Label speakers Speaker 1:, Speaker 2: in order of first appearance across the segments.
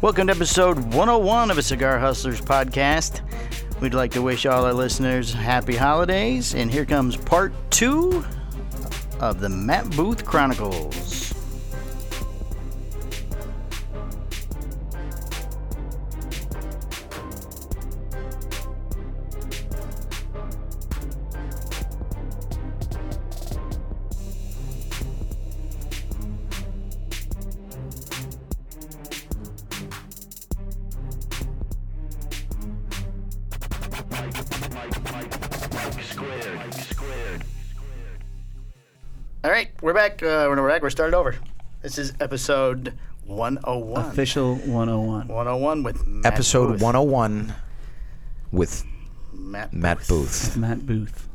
Speaker 1: Welcome to episode 101 of a Cigar Hustlers podcast. We'd like to wish all our listeners happy holidays, and here comes part two of the Matt Booth Chronicles. All right, we're back. Uh, we're back. We're started over. This is episode 101.
Speaker 2: Official 101.
Speaker 1: 101 with Matt
Speaker 3: episode
Speaker 1: Booth.
Speaker 3: 101 with
Speaker 1: Matt.
Speaker 3: Matt Booth.
Speaker 2: Matt Booth.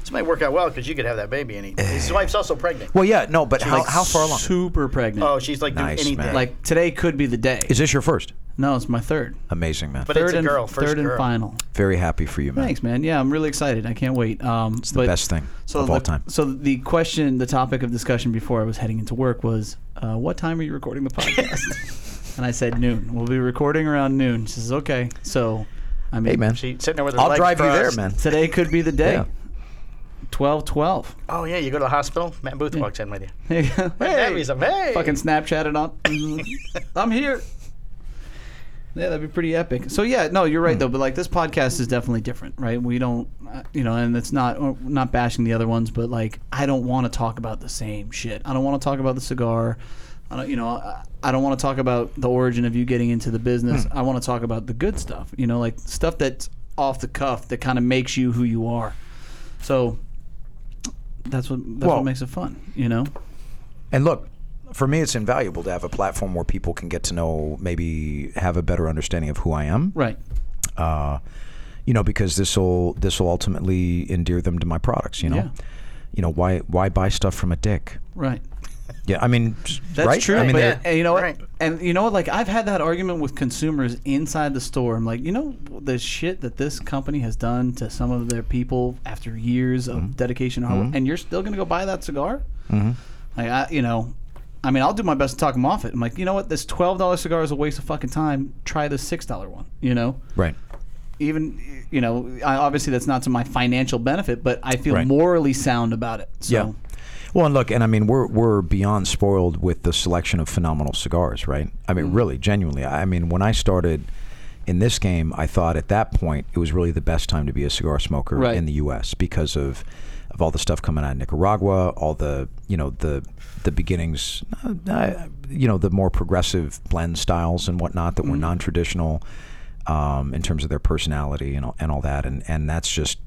Speaker 1: This might work out well because you could have that baby. And he,
Speaker 3: Eh.
Speaker 1: his wife's also pregnant.
Speaker 3: Well, yeah, no, but how, how far along?
Speaker 2: Super pregnant.
Speaker 1: Oh, she's like
Speaker 3: Nice,
Speaker 1: doing anything.
Speaker 3: Matt.
Speaker 2: Like today could be the day.
Speaker 3: Is this your first?
Speaker 2: No, it's my third.
Speaker 3: Amazing, man.
Speaker 1: But
Speaker 2: Third
Speaker 1: it's a
Speaker 2: and
Speaker 1: girl. First
Speaker 2: third
Speaker 1: girl.
Speaker 2: and final.
Speaker 3: Very happy for you, man.
Speaker 2: Thanks, man. Yeah, I'm really excited. I can't wait. Um, it's
Speaker 3: the best thing of
Speaker 2: the,
Speaker 3: all time.
Speaker 2: So the question, the topic of discussion before I was heading into work was, uh, what time are you recording the podcast? and I said noon. We'll be recording around noon. She says, okay. So, I mean,
Speaker 3: Hey, man.
Speaker 1: She's sitting there with her
Speaker 3: I'll
Speaker 1: legs
Speaker 3: drive you there,
Speaker 1: crossed.
Speaker 3: man.
Speaker 2: today could be the day.
Speaker 3: Yeah.
Speaker 2: Twelve, twelve.
Speaker 1: Oh, yeah, you go to the hospital. Matt Booth walks in with you.
Speaker 2: 12, 12. There you go.
Speaker 1: That'd be some, hey.
Speaker 2: fucking Snapchat it up. I'm here. Yeah, that'd be pretty epic. So yeah, no, you're right though. But like this podcast is definitely different, right? We don't, uh, you know, and it's not uh, not bashing the other ones, but like I don't want to talk about the same shit. I don't want to talk about the cigar. I don't, you know, I, I don't want to talk about the origin of you getting into the business. I want to talk about the good stuff, you know, like stuff that's off the cuff that kind of makes you who you are. So that's what that's
Speaker 3: Well-
Speaker 2: what makes it fun, you know.
Speaker 3: And look, for me, it's invaluable to have a platform where people can get to know, maybe have a better understanding of who I am.
Speaker 2: Right.
Speaker 3: Uh, you know, because this will this will ultimately endear them to my products. You know,
Speaker 2: Yeah.
Speaker 3: you know why why buy stuff from a dick?
Speaker 2: Right.
Speaker 3: Yeah, I mean,
Speaker 2: That's
Speaker 3: right?
Speaker 2: true.
Speaker 3: I mean,
Speaker 2: but
Speaker 3: they're-
Speaker 2: and you know what?
Speaker 1: Right.
Speaker 2: And you know what? Like I've had that argument with consumers inside the store. I'm like, you know, the shit that this company has done to some of their people after years
Speaker 3: Mm-hmm.
Speaker 2: of dedication, and hard work, and you're still gonna go buy that cigar? Like, I, you know, I mean, I'll do my best to talk them off it. I'm like, you know what? This twelve dollar cigar is a waste of fucking time. Try this six dollar one. You know,
Speaker 3: right.
Speaker 2: even you know, I, obviously that's not to my financial benefit, but I feel
Speaker 3: Right.
Speaker 2: morally sound about it. So.
Speaker 3: Yeah. Well, and look, and I mean, we're we're beyond spoiled with the selection of phenomenal cigars, right? I
Speaker 2: Mm-hmm.
Speaker 3: mean, really, genuinely. I mean, when I started in this game, I thought at that point it was really the best time to be a cigar smoker
Speaker 2: Right.
Speaker 3: in the U.S. because of of all the stuff coming out of Nicaragua, all the you know the the beginnings, uh, uh, you know, the more progressive blend styles and whatnot that
Speaker 2: Mm-hmm.
Speaker 3: were non traditional um, in terms of their personality and all, and all that, and and that's just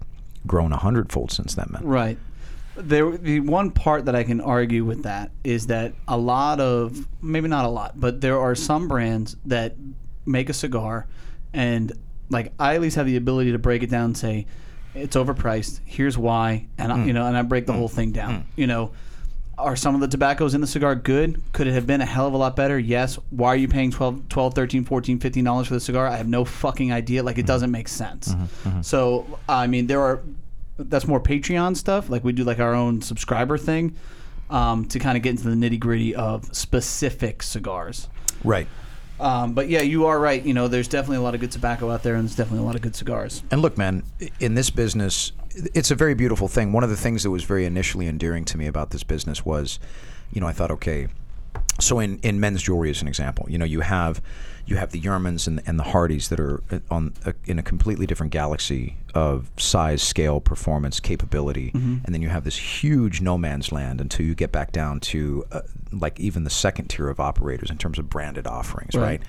Speaker 3: grown a hundredfold since then, man.
Speaker 2: Right. There, the one part that I can argue with that is that a lot of, maybe not a lot, but there are some brands that make a cigar, and like I at least have the ability to break it down and say, it's overpriced. Here's why, and I, you know, and I break the whole thing down. You know, are some of the tobaccos in the cigar good? Could it have been a hell of a lot better? Yes. Why are you paying 12, 12 13, 14, 15 dollars for the cigar? I have no fucking idea. Like it
Speaker 3: Mm-hmm.
Speaker 2: doesn't make sense. So, I mean, there are that's more Patreon stuff. Like we do like our own subscriber thing um, to kind of get into the nitty gritty of specific cigars.
Speaker 3: Right.
Speaker 2: Um, but yeah, you are right. You know, there's definitely a lot of good tobacco out there, and there's definitely a lot of good cigars.
Speaker 3: And look, man, in this business, it's a very beautiful thing. One of the things that was very initially endearing to me about this business was, you know, I thought, okay, so in, in men's jewelry, as an example, you know, you have you have the Yermans and, and the Hardys that are uh, on a, in a completely different galaxy of size, scale, performance, capability, and then you have this huge no man's land until you get back down to uh, like even the second tier of operators in terms of branded offerings,
Speaker 2: Right.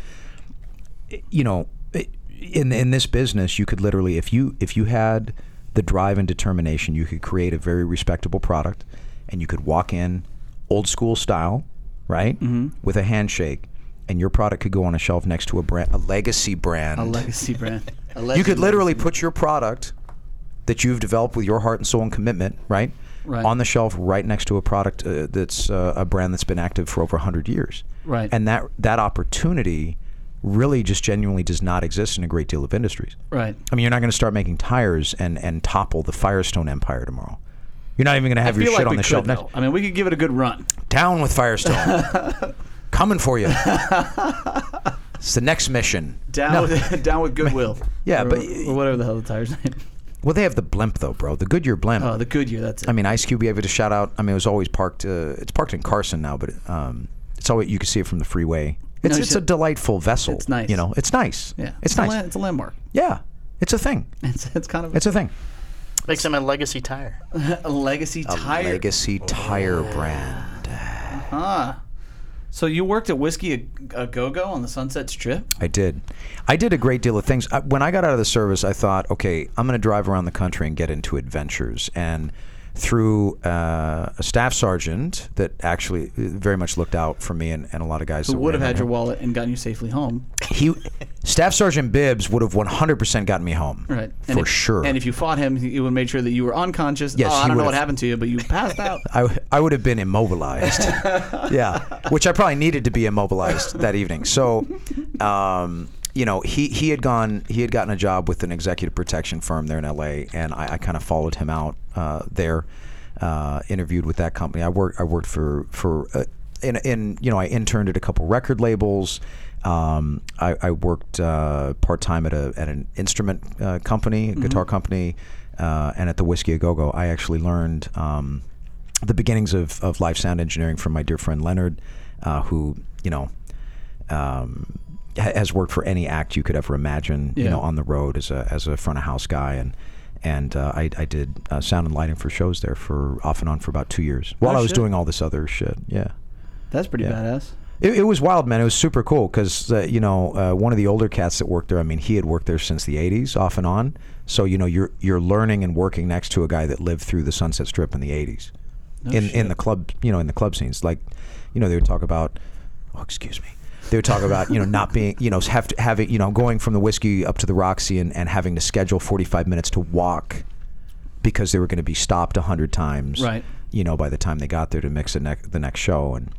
Speaker 3: right? you know, it- in in this business, you could literally, if you if you had the drive and determination, you could create a very respectable product, and you could walk in old school style, right,
Speaker 2: Mm-hmm.
Speaker 3: with a handshake, and your product could go on a shelf next to a brand, a legacy brand.
Speaker 2: A legacy brand. A
Speaker 3: you
Speaker 2: legend
Speaker 3: could literally
Speaker 2: legacy.
Speaker 3: put your product that you've developed with your heart and soul and commitment, right,
Speaker 2: Right.
Speaker 3: on the shelf right next to a product uh, that's uh, a brand that's been active for over 100 years.
Speaker 2: Right.
Speaker 3: And that that opportunity really just genuinely does not exist in a great deal of industries.
Speaker 2: right.
Speaker 3: I mean, you're not going to start making tires and and topple the Firestone empire tomorrow. You're not even going to have
Speaker 2: I
Speaker 3: your
Speaker 2: feel like
Speaker 3: shit on
Speaker 2: we
Speaker 3: the
Speaker 2: could,
Speaker 3: shelf next.
Speaker 2: though. I mean, we could give it a good run.
Speaker 3: Down with Firestone. Coming for you. It's the next mission.
Speaker 2: Down, with, down with Goodwill.
Speaker 3: Yeah,
Speaker 2: Or-
Speaker 3: but-
Speaker 2: or whatever the hell the tire's name.
Speaker 3: Well, they have the blimp though, bro. The Goodyear blimp.
Speaker 2: Oh, the Goodyear. That's it.
Speaker 3: I mean, Ice Cube gave it a shout out. I mean, it was always parked. Uh, it's parked in Carson now, but um, it's always you can see it from the freeway. It's
Speaker 2: you
Speaker 3: it's a
Speaker 2: should-
Speaker 3: delightful vessel.
Speaker 2: It's nice.
Speaker 3: You know, it's nice.
Speaker 2: yeah,
Speaker 3: it's
Speaker 2: a
Speaker 3: nice.
Speaker 2: land- it's a landmark.
Speaker 3: Yeah, it's a thing.
Speaker 2: It's, it's kind of
Speaker 3: It's a thing.
Speaker 1: Makes them a legacy tire.
Speaker 2: a legacy tire.
Speaker 3: Legacy tire brand.
Speaker 2: Ah. So you worked at Whiskey a, Go Go on the Sunset Strip?
Speaker 3: I did. I did a great deal of things. I, when I got out of the service, I thought, okay, I'm going to drive around the country and get into adventures. And through uh, a staff sergeant that actually uh, very much looked out for me and, and a lot of guys
Speaker 2: Who
Speaker 3: that were
Speaker 2: would have
Speaker 3: in
Speaker 2: had
Speaker 3: there.
Speaker 2: your wallet and gotten you safely home?
Speaker 3: he staff sergeant Bibbs would have 100% gotten me home
Speaker 2: Right.
Speaker 3: for
Speaker 2: And if-
Speaker 3: sure
Speaker 2: And if you fought him, he would have made sure that you were unconscious.
Speaker 3: Yes,
Speaker 2: oh,
Speaker 3: he
Speaker 2: I don't know
Speaker 3: would
Speaker 2: what
Speaker 3: have-
Speaker 2: happened to you, but you passed out.
Speaker 3: I, w- I would have been immobilized yeah which I probably needed to be immobilized that evening so um, you know he, he had gone he had gotten a job with an executive protection firm there in LA and I, I kind of followed him out uh, there uh, interviewed with that company I worked I worked for for uh, in, in you know I interned at a couple record labels Um, I, I worked uh, part time at a at an instrument uh, company, a guitar company, uh, and at the Whiskey A Go Go. I actually learned um, the beginnings of, of live sound engineering from my dear friend Leonard, uh, who you know um, ha- has worked for any act you could ever imagine. You
Speaker 2: Yeah.
Speaker 3: know, on the road as a as a front of house guy and. And uh, I, I did uh, sound and lighting for shows there for off and on for about two years while
Speaker 2: Oh,
Speaker 3: I was
Speaker 2: shit.
Speaker 3: doing all this other shit. Yeah.
Speaker 2: That's pretty
Speaker 3: Yeah.
Speaker 2: badass.
Speaker 3: It, it was wild, man. It was super cool because uh, you know uh, one of the older cats that worked there. I mean, he had worked there since the '80s, off and on. So you know you're you're learning and working next to a guy that lived through the Sunset Strip in the '80s, in in the club, you know, in the club scenes. Like, you know, they would talk about, oh, excuse me. They would talk about you know not being you know have to, having you know going from the whiskey up to the Roxy and, and having to schedule 45 minutes to walk because they were going to be stopped a hundred times
Speaker 2: Right.
Speaker 3: you know by the time they got there to mix the, nec- the next show and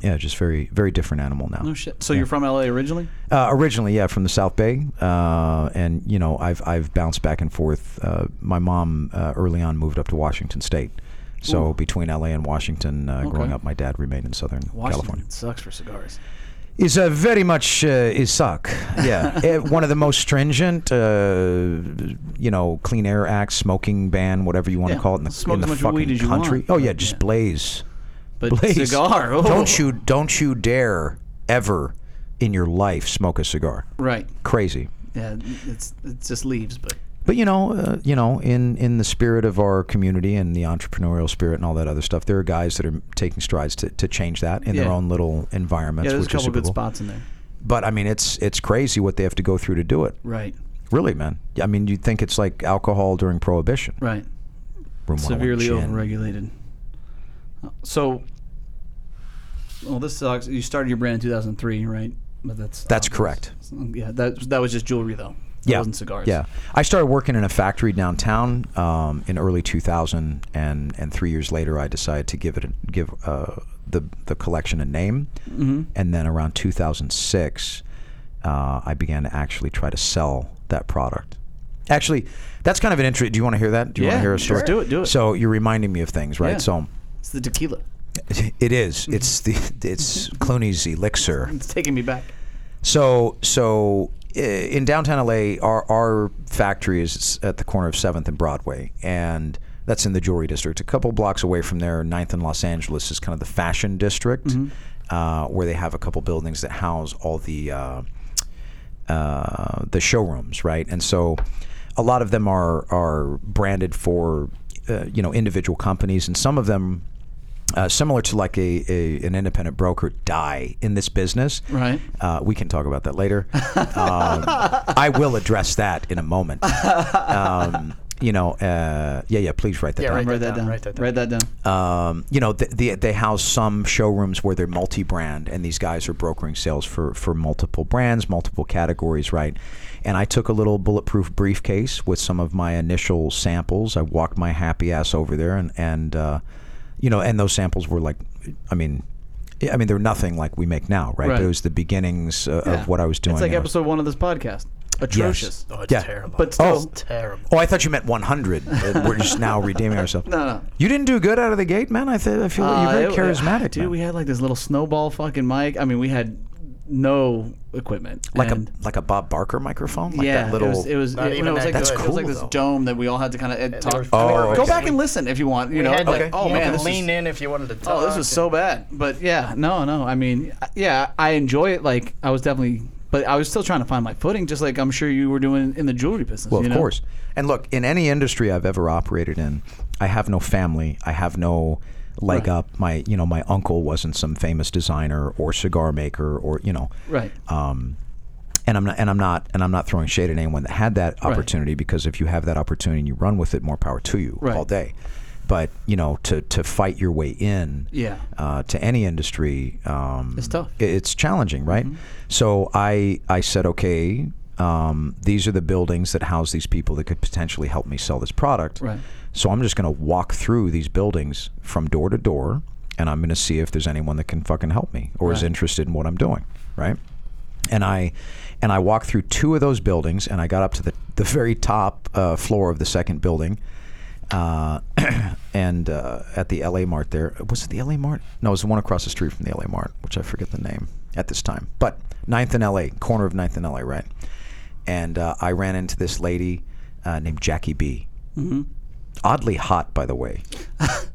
Speaker 3: yeah just very very different animal now
Speaker 2: No shit. So you're from LA originally?
Speaker 3: uh, originally yeah from the south bay uh, and you know i've i've bounced back and forth uh, my mom uh, early on moved up to washington state so between la and washington uh, growing
Speaker 2: Okay.
Speaker 3: up my dad remained in southern
Speaker 2: Washington
Speaker 3: california
Speaker 2: sucks for cigars.
Speaker 3: is uh, very much uh, is suck. Yeah, Eh, one of the most stringent, uh, you know, Clean Air Act smoking ban, whatever you want
Speaker 2: Yeah,
Speaker 3: to call it in the,
Speaker 2: smoke
Speaker 3: in
Speaker 2: as
Speaker 3: the
Speaker 2: much
Speaker 3: fucking
Speaker 2: weed as you
Speaker 3: country.
Speaker 2: want,
Speaker 3: Oh yeah,
Speaker 2: but,
Speaker 3: just
Speaker 2: yeah.
Speaker 3: blaze,
Speaker 2: But
Speaker 3: blaze.
Speaker 2: cigar. Oh.
Speaker 3: Don't you don't you dare ever in your life smoke a cigar.
Speaker 2: Right.
Speaker 3: Crazy.
Speaker 2: Yeah. It's it's just leaves, but
Speaker 3: But you know, uh, you know, in in the spirit of our community and the entrepreneurial spirit and all that other stuff, there are guys that are taking strides to, to change that in their
Speaker 2: Yeah.
Speaker 3: own little environments,
Speaker 2: yeah, there's a
Speaker 3: which is
Speaker 2: couple
Speaker 3: super
Speaker 2: good
Speaker 3: cool.
Speaker 2: spots in there.
Speaker 3: But I mean, it's it's crazy what they have to go through to do it.
Speaker 2: Right.
Speaker 3: Really, man. I mean, you'd think it's like alcohol during Prohibition.
Speaker 2: Right.
Speaker 3: Room 101
Speaker 2: Severely
Speaker 3: gin.
Speaker 2: overregulated. So, well, this sucks. You started your brand in 2003, right? But that's
Speaker 3: That's
Speaker 2: obvious. Um,
Speaker 3: correct.
Speaker 2: Yeah, that that was just jewelry though. That
Speaker 3: Yeah.
Speaker 2: wasn't cigars.
Speaker 3: Yeah. I started working in a factory downtown um, in early 2000, and, and three years later, I decided to give it a, give uh, the the collection a name.
Speaker 2: Mm-hmm.
Speaker 3: And then around 2006, uh, I began to actually try to sell that product. Actually, that's kind of an interest. Do you want to hear that? Do you want
Speaker 2: Yeah,
Speaker 3: to hear a
Speaker 2: sure.
Speaker 3: story?
Speaker 2: Do it, do it.
Speaker 3: So you're reminding me of things, right?
Speaker 2: Yeah.
Speaker 3: So
Speaker 2: it's the tequila.
Speaker 3: it is. It's the
Speaker 2: Mm-hmm.
Speaker 3: it's Clooney's elixir.
Speaker 2: It's taking me back.
Speaker 3: So so uh, in downtown LA, our our factory is at the corner of Seventh and Broadway, and that's in the jewelry district. A couple blocks away from there, 9th and Los Angeles is kind of the fashion district, uh, where they have a couple buildings that house all the. Uh, uh, the showrooms, right? And so a lot of them are are branded for uh, you know individual companies, and some of them. Uh, similar to like a, a an independent broker die in this business,
Speaker 2: Right.
Speaker 3: Uh, we can talk about that later. um, I will address that in a moment. Um, you know, uh, yeah, yeah. Please write that
Speaker 1: Yeah,
Speaker 3: down.
Speaker 1: right.
Speaker 2: Write that down.
Speaker 1: write that down.
Speaker 2: Write that down.
Speaker 3: Um, you know, th- they, they house some showrooms where they're multi-brand, and these guys are brokering sales for for multiple brands, multiple categories, right? And I took a little bulletproof briefcase with some of my initial samples. I walked my happy ass over there, and and uh, you know, and those samples were like, I mean. I mean, they're nothing like we make now, right?
Speaker 2: Right.
Speaker 3: But it was the beginnings uh,
Speaker 2: Yeah.
Speaker 3: of what I was doing.
Speaker 2: It's like
Speaker 3: and I was-
Speaker 2: episode one of this podcast. Atrocious.
Speaker 1: Oh, it's
Speaker 3: Yeah.
Speaker 1: terrible.
Speaker 2: But
Speaker 3: Oh.
Speaker 2: still,
Speaker 1: terrible.
Speaker 3: oh, I thought you meant 100. and we're just now redeeming ourselves.
Speaker 2: no, no.
Speaker 3: You didn't do good out of the gate, man. I, th- I feel
Speaker 2: Uh,
Speaker 3: you're very
Speaker 2: it-
Speaker 3: charismatic,
Speaker 2: dude.
Speaker 3: man.
Speaker 2: We had like this little snowball fucking mic. I mean, we had no equipment.
Speaker 3: like
Speaker 2: And-
Speaker 3: a like a Bob Barker microphone, like
Speaker 2: yeah,
Speaker 3: that little.
Speaker 2: it was it was,
Speaker 1: Not
Speaker 2: it,
Speaker 1: even
Speaker 2: no, it was
Speaker 1: that
Speaker 2: like
Speaker 1: good.
Speaker 2: this,
Speaker 1: That's
Speaker 2: it was like
Speaker 3: cool,
Speaker 2: this
Speaker 3: though.
Speaker 2: dome that we all had to kind of talk.
Speaker 1: were- Oh,
Speaker 2: I mean, go
Speaker 3: okay.
Speaker 2: back and listen if you want. You
Speaker 1: We
Speaker 2: know,
Speaker 1: had,
Speaker 2: like,
Speaker 1: like,
Speaker 2: oh
Speaker 1: you
Speaker 2: man,
Speaker 1: could
Speaker 2: this
Speaker 1: lean
Speaker 2: is,
Speaker 1: in if you wanted to talk.
Speaker 2: oh this was so bad. But yeah, no, no. I mean, I- yeah, I enjoy it. Like I was definitely, but I was still trying to find my footing, just like I'm sure you were doing in the jewelry business.
Speaker 3: Well,
Speaker 2: you
Speaker 3: of
Speaker 2: know?
Speaker 3: course. And look, in any industry I've ever operated in, I have no family. I have no leg
Speaker 2: Right.
Speaker 3: up. My you know my uncle wasn't some famous designer or cigar maker or you know.
Speaker 2: Right.
Speaker 3: Um, and I'm not and I'm not and I'm not throwing shade at anyone that had that opportunity because if you have that opportunity and you run with it, more power to you
Speaker 2: Right.
Speaker 3: all day. But you know to to fight your way in
Speaker 2: Yeah.
Speaker 3: uh, to any industry. Um,
Speaker 2: It's tough. Mm-hmm.
Speaker 3: i- It's challenging, right? So I I said, okay, um, these are the buildings that house these people that could potentially help me sell this product.
Speaker 2: Right.
Speaker 3: So I'm just going to walk through these buildings from door to door, and I'm going to see if there's anyone that can fucking help me or is
Speaker 2: Right.
Speaker 3: interested in what I'm doing, right? And I and I walked through two of those buildings, and I got up to the the very top uh, floor of the second building. Uh, and uh, at the LA Mart there. Was it the LA Mart? No, it was the one across the street from the LA Mart, which I forget the name at this time. But 9th and LA, corner of 9th and LA, right? And uh, I ran into this lady uh, named Jackie B.
Speaker 2: Mm-hmm.
Speaker 3: Oddly hot, by the way.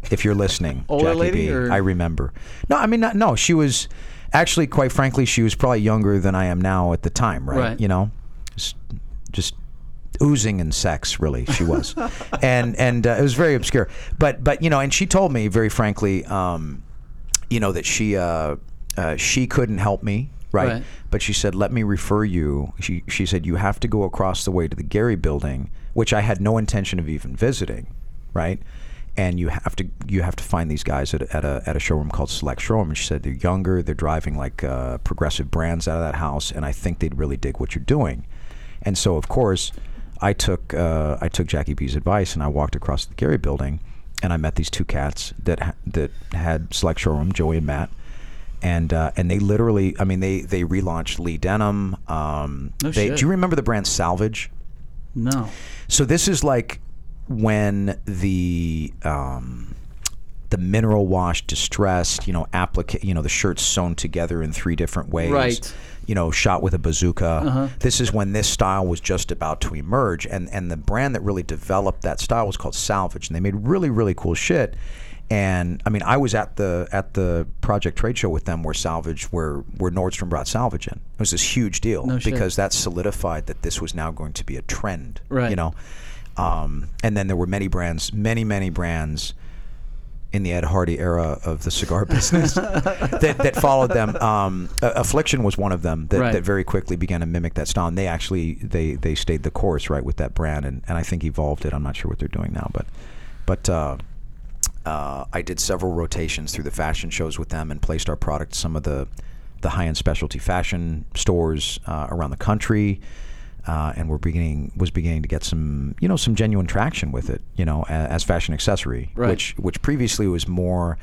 Speaker 3: if you're listening,
Speaker 2: Older
Speaker 3: Jackie
Speaker 2: lady,
Speaker 3: B.
Speaker 2: or-
Speaker 3: I remember. No, I mean, not, no, she was actually, quite frankly, she was probably younger than I am now at the time, right?
Speaker 2: Right.
Speaker 3: You know, just, just oozing in sex really she was and and uh, it was very obscure but but you know and she told me very frankly um, you know that she uh, uh, she couldn't help me right?
Speaker 2: Right.
Speaker 3: but she said let me refer you she she said you have to go across the way to the Gary building which I had no intention of even visiting right and you have to you have to find these guys at, at a at a showroom called Select Showroom and she said they're younger they're driving like uh, progressive brands out of that house and I think they'd really dig what you're doing and so, of course, I took uh, I took Jackie B's advice and I walked across the Gary building, and I met these two cats that ha- that had select showroom, Joey and Matt, and uh, and they literally, I mean, they they relaunched Lee Denim. Um,
Speaker 2: No
Speaker 3: they,
Speaker 2: shit.
Speaker 3: Do you remember the brand Salvage?
Speaker 2: No.
Speaker 3: So this is like when the um, the mineral wash distressed, you know, applica- you know, the shirts sewn together in three different ways,
Speaker 2: Right. Uh-huh.
Speaker 3: you know, shot with a bazooka. This is when this style was just about to emerge, and and the brand that really developed that style was called Salvage, and they made really really cool shit. And I mean, I was at the at the project trade show with them, where Salvage, where where Nordstrom brought Salvage in. It was this huge deal
Speaker 2: No shit.
Speaker 3: because that solidified that this was now going to be a trend.
Speaker 2: Right.
Speaker 3: You know, um, and then there were many brands, many many brands in the Ed Hardy era of the cigar business that, that followed them. Um, A- Affliction was one of them that,
Speaker 2: Right.
Speaker 3: that very quickly began to mimic that style. And they actually they they stayed the course right with that brand, and, and I think evolved it. I'm not sure what they're doing now, but but. Uh, uh, I did several rotations through the fashion shows with them and placed our product in some of the the high end specialty fashion stores uh, around the country. Uh, and we're beginning was beginning to get some you know some genuine traction with it you know a- as fashion accessory
Speaker 2: Right.
Speaker 3: which which previously was more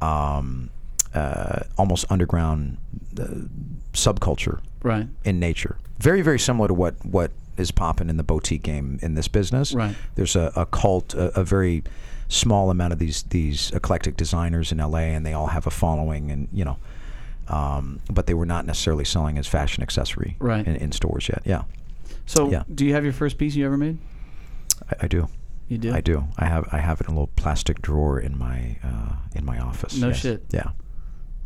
Speaker 3: um, uh, almost underground uh, subculture
Speaker 2: Right.
Speaker 3: in nature. Very, very similar to what what is popping in the boutique game in this business.
Speaker 2: Right.
Speaker 3: There's a, a cult, a, a very small amount of these these eclectic designers in LA, and they all have a following, and you know, um, but they were not necessarily selling as fashion accessory
Speaker 2: Right.
Speaker 3: in, in stores yet. Yeah,
Speaker 2: So,
Speaker 3: Yeah.
Speaker 2: do you have your first piece you ever made?
Speaker 3: I, I do.
Speaker 2: You do.
Speaker 3: I do. I have I have it in a little plastic drawer in my uh, in my office.
Speaker 2: No shit.
Speaker 3: Yeah.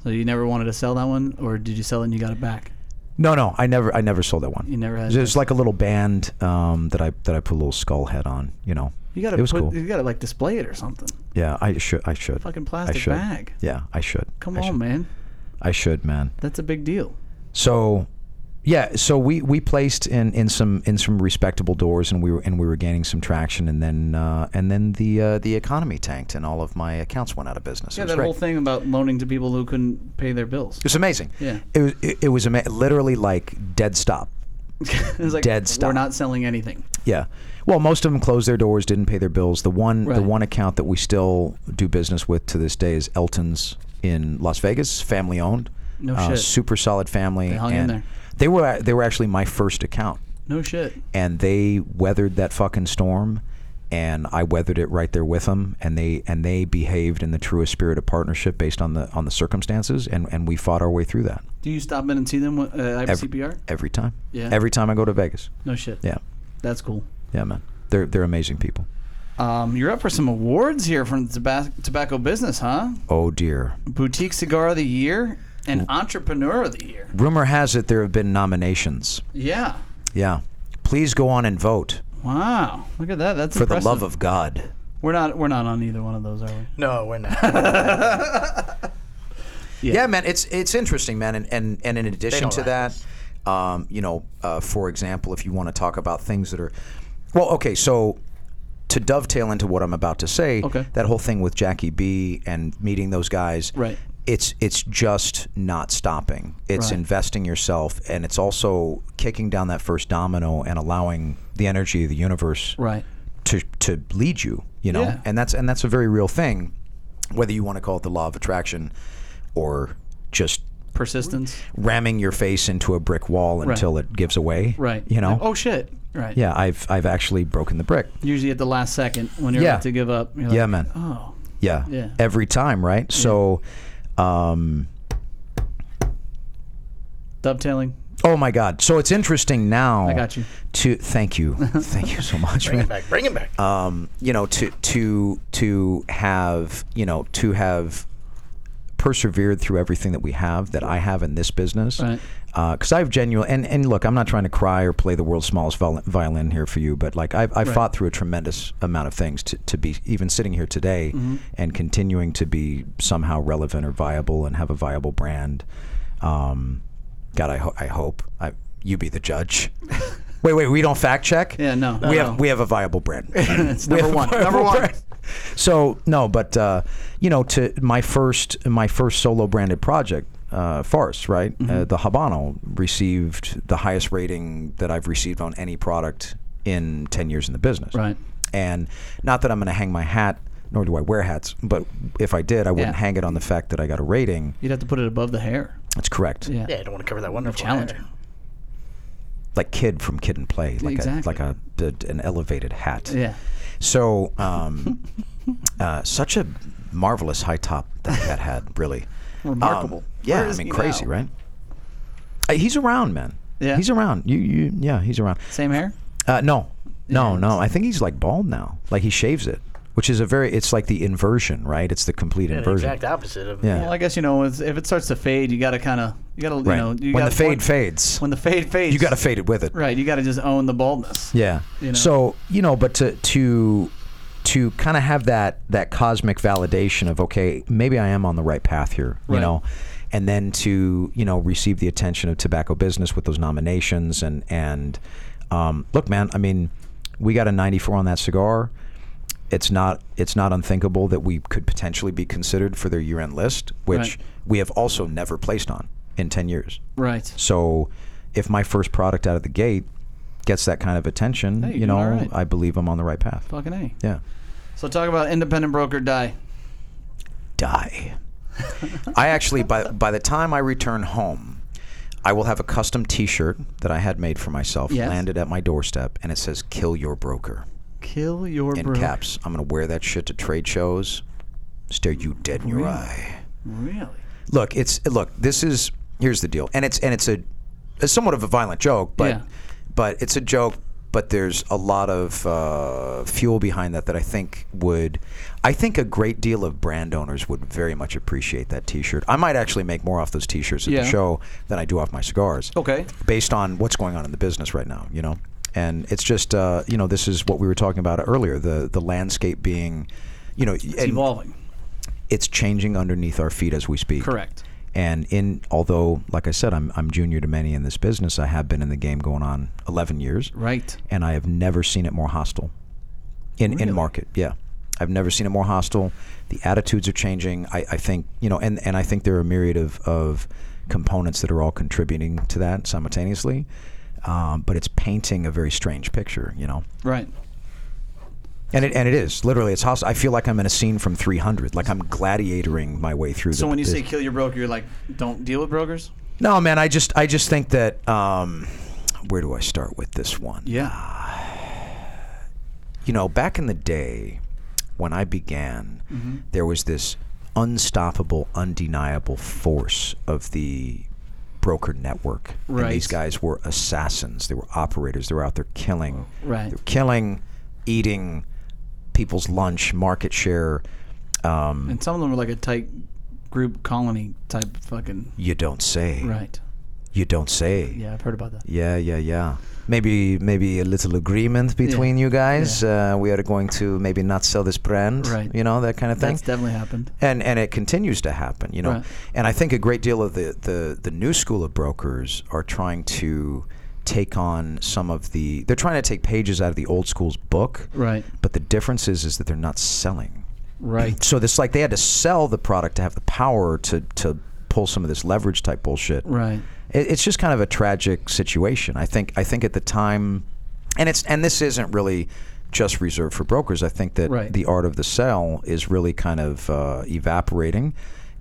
Speaker 2: So you never wanted to sell that one, or did you sell it and you got it back?
Speaker 3: No, no, I never, I never sold that one.
Speaker 2: You never had
Speaker 3: There's
Speaker 2: that?
Speaker 3: like a little band um, that I that I put a little skull head on. You know,
Speaker 2: You gotta
Speaker 3: It was
Speaker 2: put,
Speaker 3: cool.
Speaker 2: you gotta like display it or something.
Speaker 3: Yeah, I should. I should.
Speaker 2: Fucking
Speaker 3: I
Speaker 2: plastic
Speaker 3: should.
Speaker 2: bag.
Speaker 3: Yeah, I should.
Speaker 2: Come
Speaker 3: I
Speaker 2: on,
Speaker 3: should.
Speaker 2: man.
Speaker 3: I should, man.
Speaker 2: That's a big deal.
Speaker 3: So, yeah. So we we placed in in some in some respectable doors, and we were and we were gaining some traction, and then uh, and then the uh, the economy tanked, and all of my accounts went out of business. It
Speaker 2: Yeah,
Speaker 3: was
Speaker 2: that
Speaker 3: great.
Speaker 2: whole thing about loaning to people who couldn't pay their bills.
Speaker 3: It was amazing.
Speaker 2: Yeah.
Speaker 3: It was it, it was ama- literally like dead stop.
Speaker 2: It's like
Speaker 3: Dead
Speaker 2: we're
Speaker 3: stop.
Speaker 2: not selling anything.
Speaker 3: Yeah. Well, most of them closed their doors, didn't pay their bills. The one the
Speaker 2: Right.
Speaker 3: one account that we still do business with to this day is Elton's in Las Vegas, family owned.
Speaker 2: No
Speaker 3: uh,
Speaker 2: shit.
Speaker 3: Super solid family.
Speaker 2: They hung in
Speaker 3: and
Speaker 2: there.
Speaker 3: They were they were actually my first account,
Speaker 2: No shit.
Speaker 3: and they weathered that fucking storm. and I weathered it right there with them, and they and they behaved in the truest spirit of partnership based on the on the circumstances, and and we fought our way through that
Speaker 2: Do you stop in and see them? when- Uh, I have
Speaker 3: Every-
Speaker 2: CPR.
Speaker 3: every time.
Speaker 2: Yeah.
Speaker 3: Every time I go to Vegas.
Speaker 2: No shit.
Speaker 3: Yeah,
Speaker 2: That's cool.
Speaker 3: yeah, man. They're they're amazing people.
Speaker 2: Um, you're up for some awards here from the tobacco, tobacco business, huh?
Speaker 3: Oh dear.
Speaker 2: Boutique cigar of the year and entrepreneur of the year.
Speaker 3: Rumor has it there have been nominations.
Speaker 2: Yeah.
Speaker 3: Yeah. Please go on and vote
Speaker 2: Wow. Look at that. That's
Speaker 3: for
Speaker 2: impressive.
Speaker 3: the love of God.
Speaker 2: We're not. We're not on either one of those, are we?
Speaker 1: No, we're not.
Speaker 3: Yeah, man, it's it's interesting, man, and and, and in addition
Speaker 1: don't
Speaker 3: to
Speaker 1: like
Speaker 3: that, um, you know, uh, for example, if you want to talk about things that are, well, okay, so to dovetail into what I'm about to say,
Speaker 2: Okay.
Speaker 3: that whole thing with Jackie B and meeting those guys,
Speaker 2: Right.
Speaker 3: It's it's just not stopping. It's
Speaker 2: Right.
Speaker 3: investing yourself, and it's also kicking down that first domino and allowing the energy of the universe
Speaker 2: Right.
Speaker 3: to to lead you you know
Speaker 2: Yeah.
Speaker 3: and that's and that's a very real thing whether you want to call it the law of attraction or just
Speaker 2: Persistence.
Speaker 3: ramming your face into a brick wall until it gives away
Speaker 2: Right.
Speaker 3: you know
Speaker 2: Oh shit. Right.
Speaker 3: yeah i've i've actually broken the brick
Speaker 2: Usually at the last second when you're
Speaker 3: Yeah.
Speaker 2: about to give up. You're like,
Speaker 3: yeah man
Speaker 2: Oh.
Speaker 3: yeah.
Speaker 2: Yeah.
Speaker 3: every time right so um
Speaker 2: Dovetailing.
Speaker 3: oh my god so it's interesting now
Speaker 2: I got you.
Speaker 3: to thank you thank you so much
Speaker 1: Bring
Speaker 3: man
Speaker 1: him back. Bring him back.
Speaker 3: um, you know, to to to have you know to have persevered through everything that we have that I have in this business.
Speaker 2: Right.
Speaker 3: Because I've genuine and, and look, I'm not trying to cry or play the world's smallest viol- violin here for you, but like I've, I've
Speaker 2: Right.
Speaker 3: fought through a tremendous amount of things to, to be even sitting here today
Speaker 2: Mm-hmm.
Speaker 3: and continuing to be somehow relevant or viable and have a viable brand. Um, God, I, ho- I hope I, you be the judge. wait, wait, we don't fact check.
Speaker 2: Yeah. No.
Speaker 3: we
Speaker 2: no.
Speaker 3: have we have a viable brand.
Speaker 2: It's number one. Number one.
Speaker 3: So no, but uh, you know, to my first my first solo branded project, uh, Farce, right?
Speaker 2: Mm-hmm.
Speaker 3: Uh, the Habano received the highest rating that I've received on any product in ten years in the business.
Speaker 2: Right.
Speaker 3: And not that I'm going to hang my hat, nor do I wear hats, but if I did, I wouldn't
Speaker 2: Yeah.
Speaker 3: hang it on the fact that I got a rating.
Speaker 2: You'd have to put it above the hair.
Speaker 3: That's correct.
Speaker 2: Yeah.
Speaker 1: yeah, I don't want to cover that wonderful
Speaker 2: challenge.
Speaker 1: hair.
Speaker 3: Like kid from Kid and Play, like
Speaker 2: Exactly.
Speaker 3: a, like a an elevated hat.
Speaker 2: Yeah.
Speaker 3: So, um, uh, such a marvelous high top that that had, really.
Speaker 2: Remarkable.
Speaker 3: Um, yeah,
Speaker 2: Where
Speaker 3: I
Speaker 2: is
Speaker 3: mean,
Speaker 2: he
Speaker 3: crazy,
Speaker 2: now?
Speaker 3: right? Uh, he's around, man.
Speaker 2: Yeah.
Speaker 3: he's around. You, you, yeah, he's around.
Speaker 2: Same hair.
Speaker 3: Uh, no, no,
Speaker 2: Yeah.
Speaker 3: no. I think he's like bald now. Like he shaves it, which is a very. It's like the inversion, right? It's the complete
Speaker 1: Yeah, the
Speaker 3: inversion.
Speaker 1: exact opposite of
Speaker 3: Yeah.
Speaker 2: Well, I guess you know it's- if it starts to fade, you gotta kind of you gotta you
Speaker 3: Right.
Speaker 2: know you
Speaker 3: when
Speaker 2: gotta,
Speaker 3: the fade
Speaker 2: when-
Speaker 3: fades,
Speaker 2: When the fade fades,
Speaker 3: you got to fade it with it.
Speaker 2: right. You gotta just own the baldness.
Speaker 3: Yeah.
Speaker 2: You know?
Speaker 3: So you know, but to to to kind of have that that cosmic validation of okay, maybe I am on the right path here, you
Speaker 2: Right.
Speaker 3: know, and then to you know receive the attention of tobacco business with those nominations and and um, look, man, I mean, we got a 94 on that cigar. It's not it's not unthinkable that we could potentially be considered for their year end list, which
Speaker 2: Right.
Speaker 3: we have also never placed on in 10 years.
Speaker 2: Right.
Speaker 3: So if my first product out of the gate gets that kind of attention,
Speaker 2: Hey, you're
Speaker 3: you know,
Speaker 2: doing all right.
Speaker 3: I believe I'm on the right path.
Speaker 2: Fucking a.
Speaker 3: Yeah.
Speaker 2: So talk about independent broker die.
Speaker 3: Die. I actually by by the time I return home, I will have a custom T-shirt that I had made for myself
Speaker 2: Yes.
Speaker 3: landed at my doorstep, and it says "Kill Your Broker"
Speaker 2: Kill your
Speaker 3: in
Speaker 2: broker.
Speaker 3: caps. I'm gonna wear that shit to trade shows, stare you dead in your eye.
Speaker 2: Really?
Speaker 3: Look, it's look. This is here's the deal, and it's and it's a it's somewhat of a violent joke, but
Speaker 2: Yeah.
Speaker 3: but it's a joke. But there's a lot of uh, fuel behind that that I think would, I think a great deal of brand owners would very much appreciate that T-shirt. I might actually make more off those T-shirts at
Speaker 2: Yeah. Oh.
Speaker 3: the show than I do off my cigars
Speaker 2: Okay.
Speaker 3: based on what's going on in the business right now, you know. And it's just, uh, you know, this is what we were talking about earlier the the landscape being, you know,
Speaker 2: It's evolving.
Speaker 3: it's changing underneath our feet as we speak.
Speaker 2: Correct.
Speaker 3: And in although, like I said, I'm I'm junior to many in this business. I have been in the game going on 11 years,
Speaker 2: Right.
Speaker 3: and I have never seen it more hostile. In
Speaker 2: Really?
Speaker 3: in market, yeah, I've never seen it more hostile. The attitudes are changing. I, I think you know, and and I think there are a myriad of of components that are all contributing to that simultaneously. Um, but it's painting a very strange picture, you know.
Speaker 2: Right.
Speaker 3: And it and it is literally it's hostile. I feel like I'm in a scene from 300. Like I'm gladiatoring my way through.
Speaker 2: So
Speaker 3: the,
Speaker 2: when you
Speaker 3: the-
Speaker 2: say kill your broker, you're like, don't deal with brokers.
Speaker 3: No, man. I just I just think that. Um, where do I start with this one?
Speaker 2: Yeah.
Speaker 3: you know, back in the day when I began,
Speaker 2: Mm-hmm.
Speaker 3: there was this unstoppable, undeniable force of the broker network. And these
Speaker 2: Right.
Speaker 3: guys were assassins. They were operators. They were out there killing.
Speaker 2: Right.
Speaker 3: They were killing, eating people's lunch, market share. Um,
Speaker 2: And some of them were like a tight group colony type fucking.
Speaker 3: you don't say.
Speaker 2: Right.
Speaker 3: You don't say.
Speaker 2: Yeah, I've heard about that.
Speaker 3: Yeah, yeah, yeah. Maybe maybe a little agreement between you guys. Uh, we are going to maybe not sell this brand,
Speaker 2: Right.
Speaker 3: you know, that kind of thing.
Speaker 2: That's definitely happened.
Speaker 3: and and it continues to happen, you know.
Speaker 2: Right.
Speaker 3: And I think a great deal of the, the the new school of brokers are trying to take on some of the they're trying to take pages out of the old school's book,
Speaker 2: Right.
Speaker 3: but the difference is is that they're not selling.
Speaker 2: Right.
Speaker 3: So this like they had to sell the product to have the power to to pull some of this leverage type bullshit
Speaker 2: Right.
Speaker 3: it, it's just kind of a tragic situation. I think I think at the time, and it's and this isn't really just reserved for brokers. I think that
Speaker 2: Right.
Speaker 3: the art of the sell is really kind of uh, evaporating,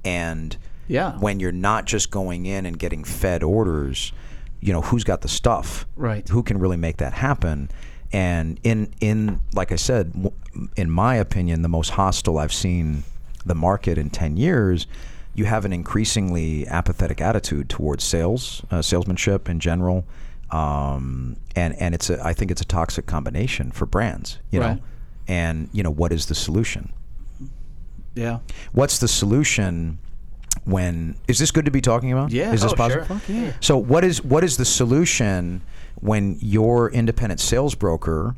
Speaker 3: and
Speaker 2: Yeah.
Speaker 3: when you're not just going in and getting fed orders, you know who's got the stuff,
Speaker 2: Right.
Speaker 3: Who can really make that happen? And in in like I said, w- in my opinion, the most hostile I've seen the market in ten years. You have an increasingly apathetic attitude towards sales, uh, salesmanship in general, um, and and it's a I think it's a toxic combination for brands, you
Speaker 2: Right.
Speaker 3: know. And you know what is the solution?
Speaker 2: Yeah.
Speaker 3: what's the solution when is this good to be talking about
Speaker 2: Yeah.
Speaker 3: is this
Speaker 1: Oh,
Speaker 3: possible
Speaker 1: sure.
Speaker 2: Fuck yeah.
Speaker 3: so what is what is the solution when your independent sales broker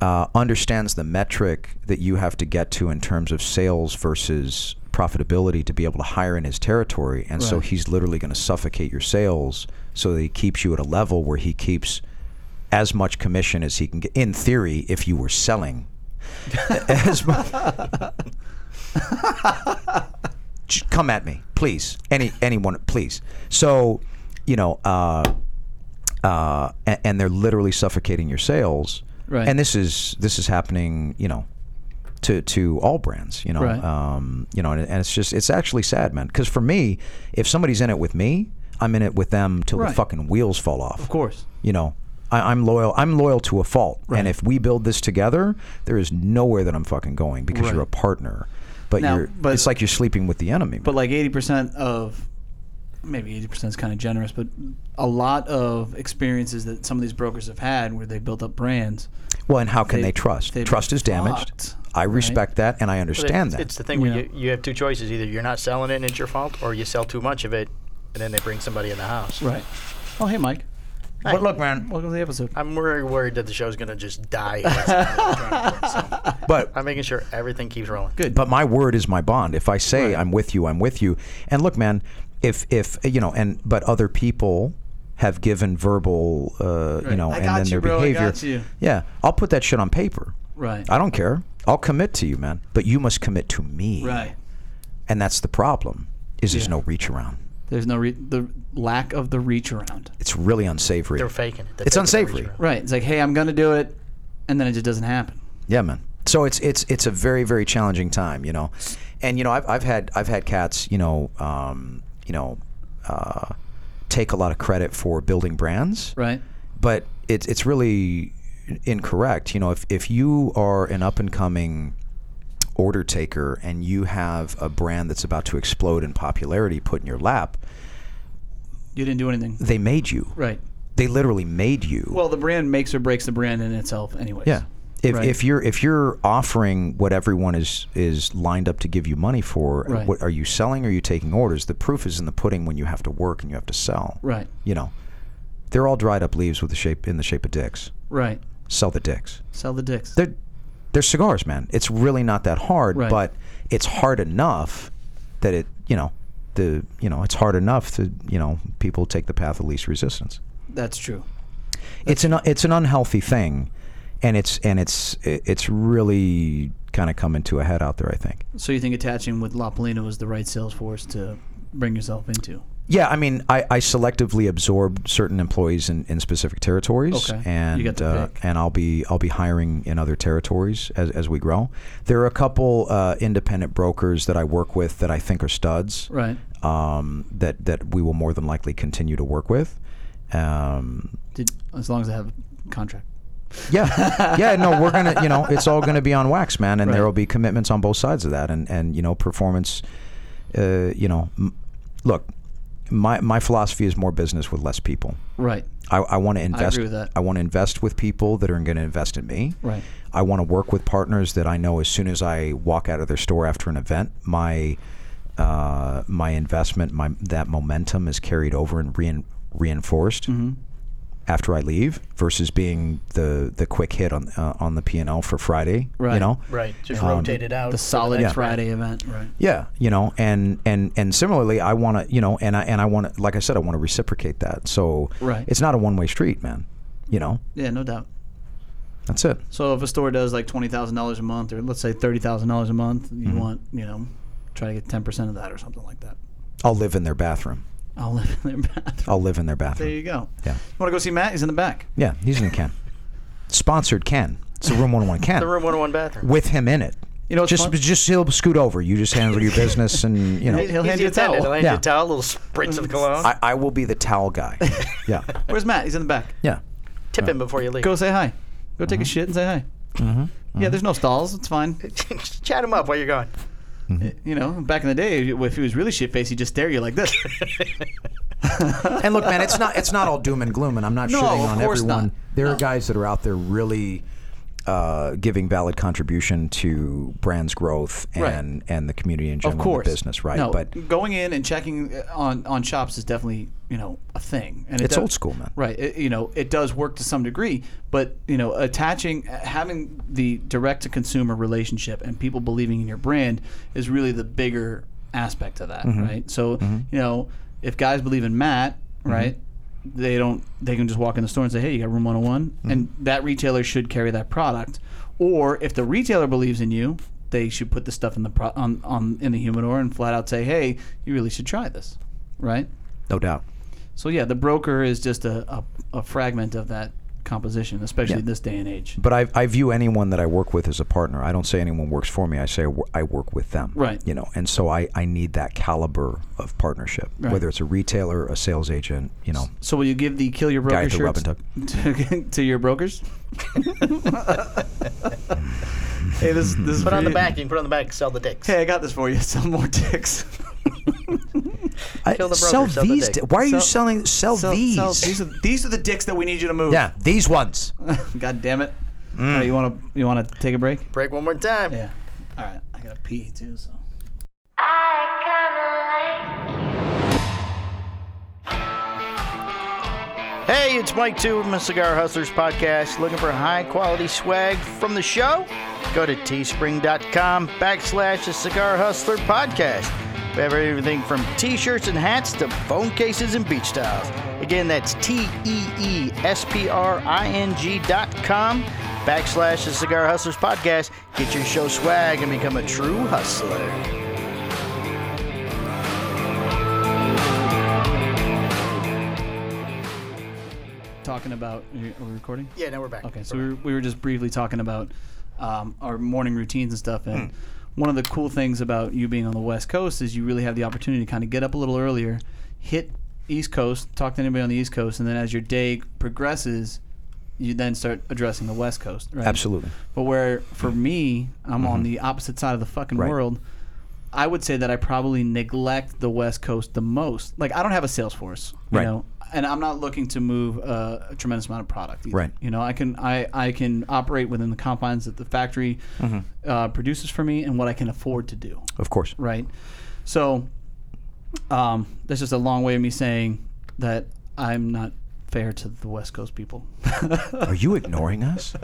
Speaker 3: uh, understands the metric that you have to get to in terms of sales versus profitability to be able to hire in his territory and so
Speaker 2: Right.
Speaker 3: he's literally going to suffocate your sales so that he keeps you at a level where he keeps as much commission as he can get in theory if you were selling as mu- J- come at me, please. Any anyone, please. So, you know, uh, uh, and, and they're literally suffocating your sales.
Speaker 2: Right.
Speaker 3: And this is this is happening. You know, to to all brands. You know,
Speaker 2: Right.
Speaker 3: um, you know, and, and it's just it's actually sad, man. Because for me, if somebody's in it with me, I'm in it with them till the
Speaker 2: Right.
Speaker 3: fucking wheels fall off
Speaker 2: Of course.
Speaker 3: you know I, I'm loyal. I'm loyal to a fault.
Speaker 2: Right.
Speaker 3: And if we build this together, there is nowhere that I'm fucking going because
Speaker 2: Right.
Speaker 3: you're a partner. But
Speaker 2: Now,
Speaker 3: you're
Speaker 2: but-
Speaker 3: it's like you're sleeping with the enemy.
Speaker 2: But like 80% of, maybe 80% is kind of generous, but a lot of experiences that some of these brokers have had where they built up brands.
Speaker 3: well, and how can
Speaker 2: they-
Speaker 3: they, trust?
Speaker 2: they've
Speaker 3: Trust
Speaker 2: been
Speaker 3: is damaged.
Speaker 2: fucked,
Speaker 3: I respect that and I
Speaker 1: But
Speaker 3: understand
Speaker 1: it's,
Speaker 3: that.
Speaker 1: It's the thing where
Speaker 2: Yeah.
Speaker 1: you, you have two choices: either you're not selling it and it's your fault, or you sell too much of it, and then they bring somebody in the house.
Speaker 2: Right. Oh, hey, Mike.
Speaker 1: But look,
Speaker 3: man.
Speaker 2: Welcome to the episode.
Speaker 1: I'm very worried that the show's gonna just die. here. So,
Speaker 3: But
Speaker 1: I'm making sure everything keeps rolling.
Speaker 2: Good.
Speaker 3: but my word is my bond. If I say
Speaker 2: Right.
Speaker 3: I'm with you, I'm with you. And look, man, if if you know, and but other people have given verbal, uh, you
Speaker 2: Right.
Speaker 3: know,
Speaker 2: I
Speaker 3: and
Speaker 2: got
Speaker 3: then
Speaker 2: you,
Speaker 3: their
Speaker 2: bro, I
Speaker 3: behavior.
Speaker 2: got you.
Speaker 3: Yeah, I'll put that shit on paper.
Speaker 2: Right.
Speaker 3: I don't care. I'll commit to you, man. But you must commit to me.
Speaker 2: Right.
Speaker 3: And that's the problem. Is there's
Speaker 2: Yeah.
Speaker 3: no reach around.
Speaker 2: There's no re- the lack of the reach around.
Speaker 3: It's really unsavory.
Speaker 1: They're faking it. They're
Speaker 3: It's
Speaker 1: faking the
Speaker 3: unsavory.
Speaker 1: reach around.
Speaker 2: Right. It's like, hey, I'm gonna do it, and then it just doesn't happen.
Speaker 3: Yeah, man. So it's it's it's a very very challenging time, you know. And you know, I've I've had I've had cats, you know, um, you know, uh, take a lot of credit for building brands.
Speaker 2: Right.
Speaker 3: but it's it's really incorrect. You know, if if you are an up and coming order taker and you have a brand that's about to explode in popularity put in your lap,
Speaker 2: You didn't do anything.
Speaker 3: they made you.
Speaker 2: Right.
Speaker 3: They literally made you.
Speaker 2: Well, the brand makes or breaks the brand in itself, anyways.
Speaker 3: yeah. If,
Speaker 2: Right.
Speaker 3: if you're if you're offering what everyone is is lined up to give you money for,
Speaker 2: Right.
Speaker 3: what are you selling? Or are you taking orders? The proof is in the pudding when you have to work and you have to sell.
Speaker 2: Right.
Speaker 3: You know, they're all dried up leaves with the shape in the shape of dicks.
Speaker 2: Right.
Speaker 3: Sell the dicks.
Speaker 2: Sell the dicks.
Speaker 3: they're they're cigars, man. It's really not that hard,
Speaker 2: Right.
Speaker 3: but it's hard enough that it you know the you know it's hard enough to you know people take the path of least resistance.
Speaker 2: That's true.
Speaker 3: it's an it's an unhealthy thing, and it's and it's it's really kind of coming to a head out there. I think.
Speaker 2: So you think attaching with La Polina was the right sales force to bring yourself into?
Speaker 3: Yeah, I mean, I, I selectively absorb certain employees in, in specific territories,
Speaker 2: Okay.
Speaker 3: and
Speaker 2: You get to
Speaker 3: uh,
Speaker 2: pick.
Speaker 3: and I'll be I'll be hiring in other territories as, as we grow. There are a couple uh, independent brokers that I work with that I think are studs,
Speaker 2: Right.
Speaker 3: um, that that we will more than likely continue to work with. Um,
Speaker 2: Did as long as I have a contract.
Speaker 3: Yeah, yeah. No, we're gonna, you know, it's all gonna be on wax, man, and there
Speaker 2: Right.
Speaker 3: will be commitments on both sides of that, and and you know, performance. Uh, you know, m- look, my my philosophy is more business with less people.
Speaker 2: Right.
Speaker 3: I, I want to invest.
Speaker 2: with that.
Speaker 3: I want to invest with people that are going to invest in me.
Speaker 2: Right.
Speaker 3: I want to work with partners that I know as soon as I walk out of their store after an event, my uh, my investment, my that momentum is carried over and rein, reinforced
Speaker 2: Mm-hmm.
Speaker 3: after I leave, versus being the the quick hit on uh, on the P and L for Friday. You
Speaker 2: Right.
Speaker 3: know.
Speaker 1: Right. Just
Speaker 3: Um,
Speaker 1: rotate it out.
Speaker 2: The solid
Speaker 3: Yeah.
Speaker 2: Friday event. Right.
Speaker 3: Yeah, you know, and and and similarly, I want to, you know, and I and I want to, like I said, I want to reciprocate that. So
Speaker 2: Right.
Speaker 3: it's not a one way street, man. You know,
Speaker 2: Yeah, no doubt.
Speaker 3: that's it.
Speaker 2: So if a store does like twenty thousand dollars a month, or let's say thirty thousand dollars a month, you
Speaker 3: Mm-hmm.
Speaker 2: want you know try to get ten percent of that or something like that.
Speaker 3: I'll live in their bathroom.
Speaker 2: I'll live in their bathroom.
Speaker 3: I'll live in their
Speaker 2: There
Speaker 3: bathroom.
Speaker 2: you go.
Speaker 3: Oh. Yeah.
Speaker 2: Want to go see Matt? He's in the back.
Speaker 3: Yeah, he's in Ken. Sponsored Ken. It's the Room 101 Ken.
Speaker 1: the room 101 bathroom.
Speaker 3: With him in it.
Speaker 2: You know what's
Speaker 3: just
Speaker 2: fun-
Speaker 3: just he'll scoot over. You just handle your business, and you know,
Speaker 2: He'll
Speaker 1: He's
Speaker 2: hand
Speaker 1: the
Speaker 2: you a
Speaker 1: attendant.
Speaker 2: towel.
Speaker 1: He'll hand you
Speaker 3: Yeah.
Speaker 1: a towel, little spritz of cologne.
Speaker 3: I, I will be the towel guy. Yeah,
Speaker 2: Where's Matt? He's in the back.
Speaker 3: yeah. Mm-hmm.
Speaker 1: Tip him before you leave.
Speaker 2: Go say hi. Go take a shit and say hi. Yeah, there's no stalls. It's fine.
Speaker 1: Chat him up while you're gone.
Speaker 2: You know, back in the day, if he was really shit faced, he'd just stare at you like this.
Speaker 3: And look, man, it's not it's not all doom and gloom, and I'm not
Speaker 2: No,
Speaker 3: shitting
Speaker 2: of
Speaker 3: on
Speaker 2: course
Speaker 3: everyone.
Speaker 2: not.
Speaker 3: There are guys that are out there really uh, giving valid contribution to brands growth and
Speaker 2: Right.
Speaker 3: and the community in general,
Speaker 2: of
Speaker 3: and
Speaker 2: course,
Speaker 3: the business, right?
Speaker 2: No,
Speaker 3: but
Speaker 2: going in and checking uh, on on shops is definitely you know a thing, and it
Speaker 3: It's
Speaker 2: does-
Speaker 3: old school, man.
Speaker 2: Right, it, you know it does work to some degree, but you know attaching having the direct to consumer relationship and people believing in your brand is really the bigger aspect of that, right? So you know if guys believe in Matt, right? They don't. They can just walk in the store and say, "Hey, you got room 101," and that retailer should carry that product. Or if the retailer believes in you, they should put the stuff in the pro- on, on in the humidor and flat out say, "Hey, you really should try this," right?
Speaker 3: no doubt.
Speaker 2: So yeah, the broker is just a, a, a fragment of that composition, especially
Speaker 3: Yeah.
Speaker 2: this day and age.
Speaker 3: But I, I view anyone that I work with as a partner. I don't say anyone works for me. I say I wo- I work with them.
Speaker 2: Right.
Speaker 3: You know, and so I, I need that caliber of partnership,
Speaker 2: Right.
Speaker 3: whether it's a retailer, a sales agent, you know.
Speaker 2: So will you give the kill your
Speaker 3: Guy
Speaker 2: broker
Speaker 3: at the rub
Speaker 2: shirts
Speaker 3: and tuck.
Speaker 2: to, to your brokers? hey, this this is
Speaker 1: Put
Speaker 2: for
Speaker 1: on the
Speaker 2: you.
Speaker 1: back. You can put on the back. Sell the dicks.
Speaker 2: Hey, I got this for you. Some more dicks.
Speaker 3: I-
Speaker 1: Kill the broker,
Speaker 3: sell
Speaker 1: sell the
Speaker 3: these.
Speaker 1: dick.
Speaker 3: di- Why are you
Speaker 2: Sell-
Speaker 3: selling?
Speaker 1: Oh,
Speaker 3: Sell,
Speaker 2: So- so
Speaker 3: these.
Speaker 2: these are these are the dicks that we need you to move.
Speaker 3: yeah, Mm. these ones.
Speaker 2: God damn it. All right, you want to you want to take a break?
Speaker 1: Break one more time.
Speaker 2: Yeah. All right, I gotta pee too. So.
Speaker 1: Hey, it's Mike Two from the Cigar Hustlers podcast. Looking for high quality swag from the show? Go to teespring.com backslash the Cigar Hustler podcast. We have everything from t shirts and hats to phone cases and beach towels. Again, that's T E E S P R I N G dot com backslash the Cigar Hustlers podcast. Get your show swag and become a true hustler.
Speaker 2: Talking about are we- are we recording?
Speaker 1: Yeah, now we're back.
Speaker 2: Okay, so we were, we were just briefly talking about um, our morning routines and stuff, and
Speaker 3: Hmm.
Speaker 2: one of the cool things about you being on the West Coast is you really have the opportunity to kind of get up a little earlier, hit East Coast, talk to anybody on the East Coast, and then as your day progresses, you then start addressing the West Coast. Right?
Speaker 3: Absolutely. Hmm. Mm-hmm.
Speaker 2: But where for me, I'm on the opposite side of the fucking
Speaker 3: Right.
Speaker 2: world. I would say that I probably neglect the West Coast the most. Like I don't have a sales force, you
Speaker 3: Right.
Speaker 2: know, and I'm not looking to move uh, a tremendous amount of product. either.
Speaker 3: Right.
Speaker 2: You know, I can I, I can operate within the confines that the factory
Speaker 3: Mm-hmm.
Speaker 2: uh, produces for me and what I can afford to do.
Speaker 3: Of course.
Speaker 2: Right. So um, that's just a long way of me saying that I'm not fair to the West Coast people.
Speaker 3: Are you ignoring us?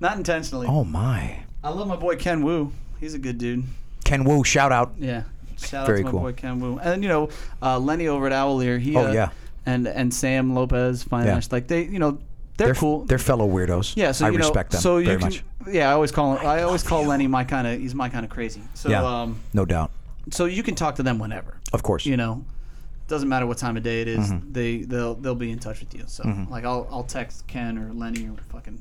Speaker 2: not intentionally.
Speaker 3: Oh my.
Speaker 2: I love my boy Ken Wu. He's a good dude.
Speaker 3: Ken Wu, shout out.
Speaker 2: Yeah. Shout
Speaker 3: Very
Speaker 2: out to my
Speaker 3: cool.
Speaker 2: boy Ken Wu. And you know, uh, Lenny over at Owlier, he
Speaker 3: Oh,
Speaker 2: uh,
Speaker 3: yeah.
Speaker 2: and and Sam Lopez, Fine
Speaker 3: Yeah.
Speaker 2: Ash, like they you know, they're,
Speaker 3: They're
Speaker 2: cool.
Speaker 3: They're fellow weirdos.
Speaker 2: yeah, so
Speaker 3: I
Speaker 2: you know,
Speaker 3: respect them
Speaker 2: so you
Speaker 3: very
Speaker 2: can,
Speaker 3: much.
Speaker 2: Yeah, I always call him, I, always call Lenny my kind of he's my kind of crazy. So
Speaker 3: Yeah.
Speaker 2: um
Speaker 3: no doubt.
Speaker 2: so you can talk to them whenever.
Speaker 3: Of course. Mm-hmm.
Speaker 2: You know, doesn't matter what time of day it is, They they'll they'll be in touch with you. So like I'll I'll text Ken or Lenny or fucking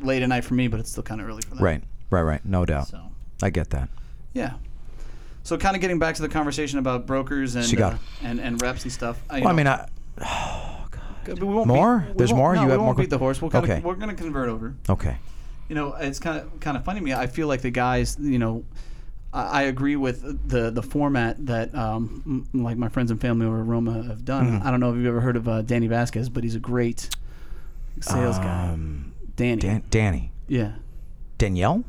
Speaker 2: late at night for me, but it's still kind of early for them.
Speaker 3: Right. Right. Right. No doubt.
Speaker 2: So
Speaker 3: I get that.
Speaker 2: yeah. So kind of getting back to the conversation about brokers and
Speaker 3: Cigar.
Speaker 2: uh, and and reps and stuff. I, you
Speaker 3: Well, I
Speaker 2: know,
Speaker 3: mean, I. Oh
Speaker 2: We won't
Speaker 3: More?
Speaker 2: beat- we
Speaker 3: There's
Speaker 2: won't-
Speaker 3: more?
Speaker 2: No,
Speaker 3: You
Speaker 2: we
Speaker 3: have
Speaker 2: won't
Speaker 3: more
Speaker 2: beat the horse. We'll kinda,
Speaker 3: Okay.
Speaker 2: We're going to convert over.
Speaker 3: Okay.
Speaker 2: You know, it's kind of kind of funny to me. I feel like the guys. You know, I, I agree with the the format that um, m- like my friends and family over at Roma have done.
Speaker 3: Mm-hmm.
Speaker 2: I don't know if you've ever heard of uh, Danny Vasquez, but he's a great sales guy.
Speaker 3: Um,
Speaker 2: Danny.
Speaker 3: Dan- Danny.
Speaker 2: yeah.
Speaker 3: Danielle?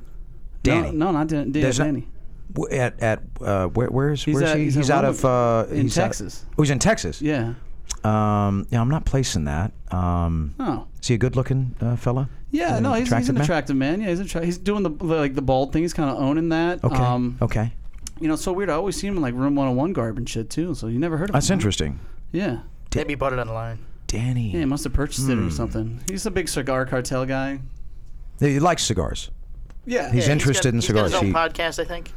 Speaker 3: Danny.
Speaker 2: No, no not Dan, Dan-
Speaker 3: There's not-
Speaker 2: Danny.
Speaker 3: W- At at uh, where where is
Speaker 2: He's
Speaker 3: where is
Speaker 2: at-
Speaker 3: he?
Speaker 2: he's
Speaker 3: He's,
Speaker 2: at
Speaker 3: out
Speaker 2: Roma-
Speaker 3: of uh,
Speaker 2: in
Speaker 3: he's out-
Speaker 2: Texas.
Speaker 3: oh, he's in Texas.
Speaker 2: yeah.
Speaker 3: Um, yeah, I'm not placing that. Um,
Speaker 2: Oh.
Speaker 3: is he a good looking uh, fella?
Speaker 2: Yeah,
Speaker 3: Is he
Speaker 2: no, he's, he's an
Speaker 3: man?
Speaker 2: attractive man. Yeah, he's attra- he's doing the like the bald thing. He's kind of owning that.
Speaker 3: Okay. Oh.
Speaker 2: Um,
Speaker 3: okay.
Speaker 2: You know, it's so weird. I always see him in like Room 101 garb and shit too. So you never heard of
Speaker 3: That's
Speaker 2: him.
Speaker 3: interesting.
Speaker 2: Yeah.
Speaker 1: Maybe bought it online.
Speaker 3: Danny.
Speaker 2: Yeah, he must have purchased
Speaker 1: Hmm.
Speaker 2: it or something. He's a big cigar cartel guy.
Speaker 3: He likes cigars.
Speaker 2: Yeah.
Speaker 3: He's
Speaker 2: yeah.
Speaker 3: interested
Speaker 1: He's got-
Speaker 3: in cigars.
Speaker 1: He's got
Speaker 3: he,
Speaker 1: his own podcast, I think.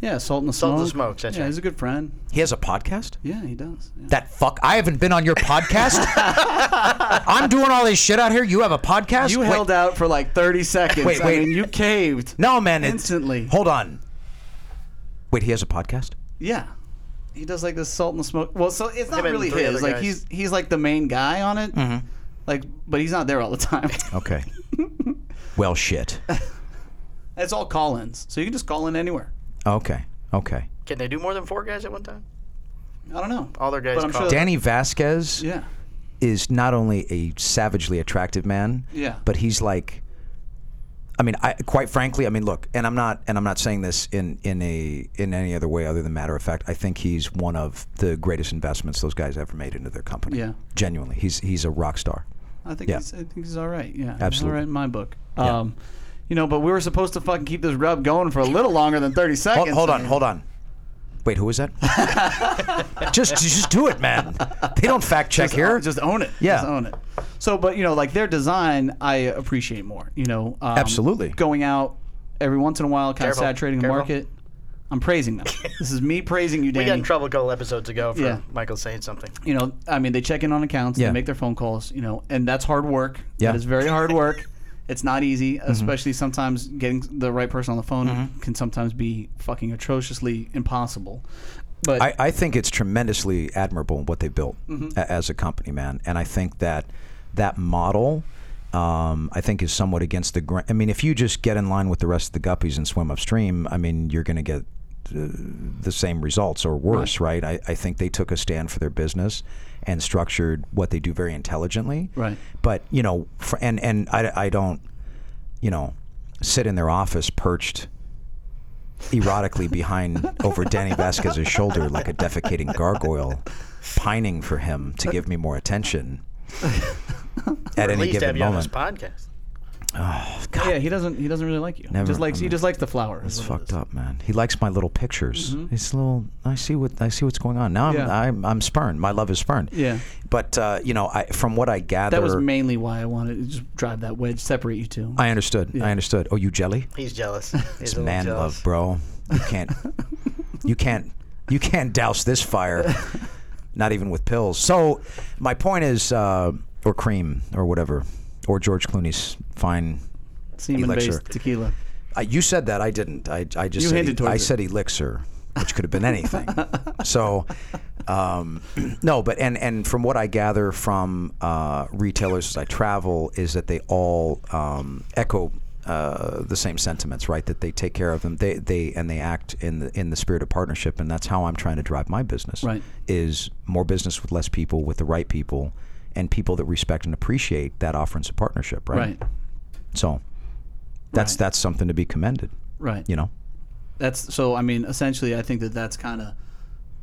Speaker 2: Yeah, Salt and the
Speaker 1: Salt
Speaker 2: Smoke.
Speaker 1: and the Smokes, that's
Speaker 2: yeah,
Speaker 1: right.
Speaker 2: he's a good friend.
Speaker 3: he has a podcast?
Speaker 2: Yeah, he does. Yeah.
Speaker 3: That fuck. I haven't been on your podcast. I'm doing all this shit out here. You have a podcast?
Speaker 2: You
Speaker 3: Wait.
Speaker 2: held out for like 30 seconds.
Speaker 3: Wait,
Speaker 2: I
Speaker 3: wait.
Speaker 2: mean, you caved.
Speaker 3: No, man. It's,
Speaker 2: Instantly.
Speaker 3: Hold on. Wait, he has a podcast?
Speaker 2: Yeah. He does like the Salt and the Smoke. Well, so it's not
Speaker 1: Him and
Speaker 2: really
Speaker 1: three
Speaker 2: his.
Speaker 1: other
Speaker 2: Like
Speaker 1: guys. Mm-hmm.
Speaker 2: he's he's like the main guy on it. Like, but he's not there all the time.
Speaker 3: Okay. well, shit.
Speaker 2: it's all call-ins, so you can just call in anywhere.
Speaker 3: Okay. Okay.
Speaker 1: Can they do more than four guys at one time?
Speaker 2: I don't know.
Speaker 1: All their guys
Speaker 2: But I'm
Speaker 1: call.
Speaker 2: sure-
Speaker 3: Danny Vasquez
Speaker 2: Yeah.
Speaker 3: is not only a savagely attractive man,
Speaker 2: Yeah.
Speaker 3: but he's like I mean, I quite frankly, I mean, look, and I'm not and I'm not saying this in in a in any other way other than matter of fact. I think he's one of the greatest investments those guys ever made into their company.
Speaker 2: Yeah.
Speaker 3: Genuinely. He's he's a rock star.
Speaker 2: I think
Speaker 3: Yeah.
Speaker 2: he's, I think he's all right. Yeah, he's
Speaker 3: Absolutely.
Speaker 2: all right in my book. Um, you know, but we were supposed to fucking keep this rub going for a little longer than thirty seconds.
Speaker 3: Hold, hold on, hold on. Wait, who is that? just just do it, man. They don't fact check
Speaker 2: Just,
Speaker 3: here.
Speaker 2: just own it.
Speaker 3: Yeah.
Speaker 2: just own it. So, but you know, like their design, I appreciate more. You know, um,
Speaker 3: Absolutely.
Speaker 2: Going out every once in a while, kind
Speaker 1: Careful,
Speaker 2: of saturating
Speaker 1: careful.
Speaker 2: the market. I'm praising them. this is me praising you,
Speaker 1: We
Speaker 2: Danny.
Speaker 1: got in trouble a couple episodes ago for
Speaker 2: Yeah.
Speaker 1: Michael saying something.
Speaker 2: you know, I mean, they check in on accounts,
Speaker 3: Yeah.
Speaker 2: they make their phone calls, you know, and that's hard work.
Speaker 3: Yeah. Mm-hmm.
Speaker 2: That is very hard work. it's not easy, especially sometimes getting the right person on the phone can sometimes be fucking atrociously impossible. But Mm-hmm.
Speaker 3: I, I think it's tremendously admirable what they built a, as a company, man. And I think that that model, um, I think, is somewhat against the grain. I mean, if you just get in line with the rest of the guppies and swim upstream, I mean, you're going to get uh, the same results or worse, right? I, I think they took a stand for their business and structured what they do very intelligently.
Speaker 2: Right.
Speaker 3: But, you know, fr and, and I, I don't, you know, sit in their office perched erotically behind over Danny Vasquez's shoulder like a defecating gargoyle, pining for him to give me more attention at
Speaker 1: At
Speaker 3: any
Speaker 1: least have
Speaker 3: given
Speaker 1: you on this
Speaker 3: moment.
Speaker 1: podcast.
Speaker 2: yeah, he doesn't he doesn't really like you.
Speaker 3: Never-
Speaker 2: just likes
Speaker 3: I
Speaker 2: he
Speaker 3: mean,
Speaker 2: just likes the flower.
Speaker 3: It's fucked up, man. He likes my little pictures. It's a little. I see what I see. What's going on now? I'm
Speaker 2: Yeah.
Speaker 3: I'm, I'm spurned. My love is spurned.
Speaker 2: Yeah.
Speaker 3: But uh, you know, I from what I gather,
Speaker 2: That was mainly why I wanted to just drive that wedge, separate you two.
Speaker 3: I understood. I understood. Oh, you jelly?
Speaker 1: He's jealous. He's
Speaker 3: It's
Speaker 1: a little
Speaker 3: man
Speaker 1: jealous.
Speaker 3: love, bro. You can't, you can't, you can't douse this fire, not even with pills. So, my point is, uh, or cream, or whatever, or George Clooney's fine.
Speaker 2: Semen
Speaker 3: elixir.
Speaker 2: based tequila.
Speaker 3: I, you said that I didn't. I, I just
Speaker 2: You
Speaker 3: said, e-
Speaker 2: hinted towards
Speaker 3: I
Speaker 2: it.
Speaker 3: said elixir, which could have been anything. so, um, no, but and and from what I gather from uh, retailers as I travel is that they all um, echo. Uh, the same sentiments, right? That they take care of them, they they and they act in the in the spirit of partnership, and that's how I'm trying to drive my business.
Speaker 2: Right.
Speaker 3: Is more business with less people, with the right people, and people that respect and appreciate that offerings of partnership, right?
Speaker 2: Right.
Speaker 3: So, that's
Speaker 2: Right.
Speaker 3: that's something to be commended
Speaker 2: Right.
Speaker 3: you know
Speaker 2: That's so I mean, essentially I think that that's kind of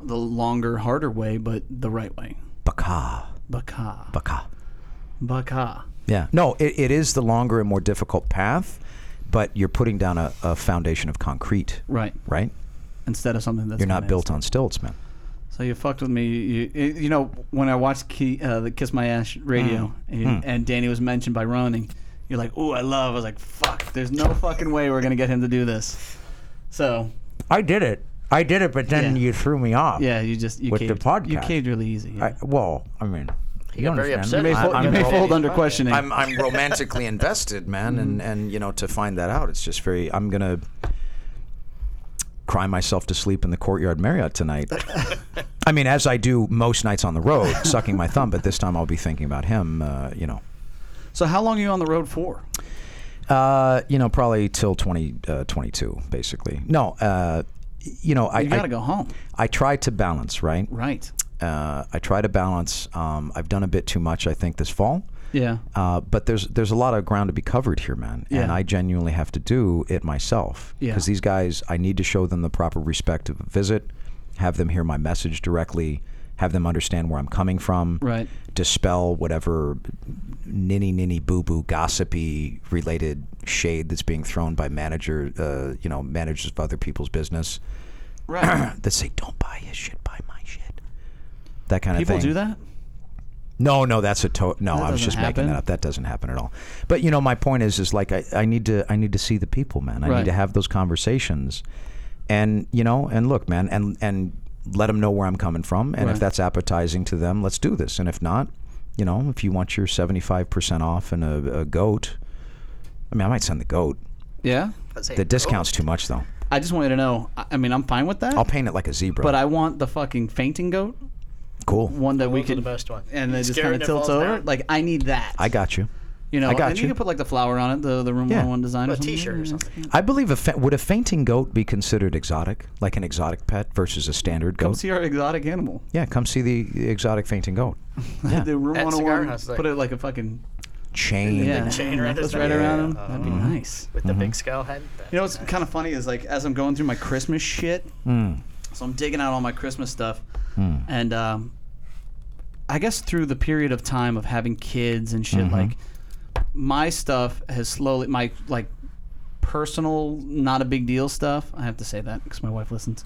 Speaker 2: the longer, harder way, but the right way.
Speaker 3: baka
Speaker 2: Baka.
Speaker 3: baka
Speaker 2: Baka.
Speaker 3: yeah no it, it is the longer and more difficult path but you're putting down a, a foundation of concrete
Speaker 2: Right.
Speaker 3: right
Speaker 2: Instead of something that's
Speaker 3: you're not
Speaker 2: gonna-
Speaker 3: built on stilts man
Speaker 2: So you fucked with me. You, you, you know when I watched Key, uh, the Kiss My Ash radio
Speaker 3: Hmm.
Speaker 2: and, and Danny was mentioned by Ronan, you're like, "Ooh, I love." I was like, "Fuck, there's no fucking way we're gonna get him to do this." So
Speaker 3: i did it i did it but
Speaker 2: then Yeah. you
Speaker 3: threw me off
Speaker 2: yeah, you just you
Speaker 3: With the
Speaker 2: caved. You
Speaker 3: podcast.
Speaker 2: caved really easy. yeah.
Speaker 3: well i mean
Speaker 1: He got very upset.
Speaker 2: may
Speaker 1: I-
Speaker 2: fold-
Speaker 1: I'm
Speaker 2: you may
Speaker 1: all-
Speaker 2: fold under questioning.
Speaker 3: I'm, I'm romantically invested, man, and, and you know to find that out, it's just very. I'm gonna cry myself to sleep in the courtyard Marriott tonight. I mean, as I do most nights on the road, sucking my thumb. But this time, I'll be thinking about him. Uh, you know,
Speaker 2: So how long are you on the road for?
Speaker 3: uh, you know, probably till 20, uh, 22, basically. No, uh, you know, I
Speaker 2: You got
Speaker 3: I,
Speaker 2: to go home,
Speaker 3: I try to balance, right?
Speaker 2: right?
Speaker 3: Uh, I try to balance. Um, I've done a bit too much, I think, this fall.
Speaker 2: Yeah.
Speaker 3: Uh, but there's there's a lot of ground to be covered here, man. And
Speaker 2: Yeah.
Speaker 3: I genuinely have to do it myself
Speaker 2: Yeah.
Speaker 3: because these guys, I need to show them the proper respect of a visit, have them hear my message directly, have them understand where I'm coming from,
Speaker 2: Right.
Speaker 3: dispel whatever ninny ninny boo boo gossipy related shade that's being thrown by manager, uh, you know, managers of other people's business
Speaker 2: Right.
Speaker 3: that say, "Don't buy his shit, buy my shit." That kind
Speaker 2: People
Speaker 3: of thing.
Speaker 2: do that.
Speaker 3: No, no, that's a to- no.
Speaker 2: That
Speaker 3: I was
Speaker 2: doesn't
Speaker 3: just
Speaker 2: happen.
Speaker 3: making that up. That doesn't happen at all. But you know, my point is, is like I, I need to, I need to see the people, man. I
Speaker 2: Right.
Speaker 3: need to have those conversations, and you know, and look, man, and and let them know where I'm coming from, and
Speaker 2: Right.
Speaker 3: if that's appetizing to them, let's do this. And if not, you know, if you want your 75 percent off and a, a goat, I mean, I might send the goat.
Speaker 2: Yeah.
Speaker 1: Let's say
Speaker 3: The discount's too much though.
Speaker 2: I just wanted to know. I, I mean, I'm fine with that,
Speaker 3: I'll paint it like a zebra.
Speaker 2: but I want the fucking fainting goat,
Speaker 3: cool.
Speaker 2: one that we
Speaker 1: Those are
Speaker 2: could,
Speaker 1: the best one.
Speaker 2: and then
Speaker 1: It's
Speaker 2: just
Speaker 1: scary and
Speaker 2: kind of
Speaker 1: it
Speaker 2: tilts
Speaker 1: falls
Speaker 2: over.
Speaker 1: down.
Speaker 2: Like I need that.
Speaker 3: I got you.
Speaker 2: You know,
Speaker 3: I got
Speaker 2: and
Speaker 3: you.
Speaker 2: you can put like the flower on it, the the room
Speaker 3: Yeah.
Speaker 2: 101 design,
Speaker 1: A
Speaker 2: or something.
Speaker 1: t-shirt or
Speaker 2: Yeah.
Speaker 1: something.
Speaker 3: I believe a fa- would a fainting goat be considered exotic, like an exotic pet versus a standard
Speaker 2: Come
Speaker 3: goat?
Speaker 2: see our exotic animal.
Speaker 3: Yeah, come see the the exotic fainting goat.
Speaker 2: the room
Speaker 1: At Cigar
Speaker 2: 101.
Speaker 1: House, like-
Speaker 2: put it like a fucking
Speaker 3: Chain.
Speaker 2: yeah,
Speaker 1: chain around his Oh.
Speaker 2: that's
Speaker 1: neck.
Speaker 2: right around him.
Speaker 1: Yeah.
Speaker 2: That'd be nice.
Speaker 1: with the big skull head.
Speaker 2: You know what's kind of funny is like as I'm going through my Christmas shit, so I'm digging out all my Christmas stuff, and um, I guess through the period of time of having kids and shit, like my stuff has slowly my like personal not a big deal stuff. I have to say that because my wife listens.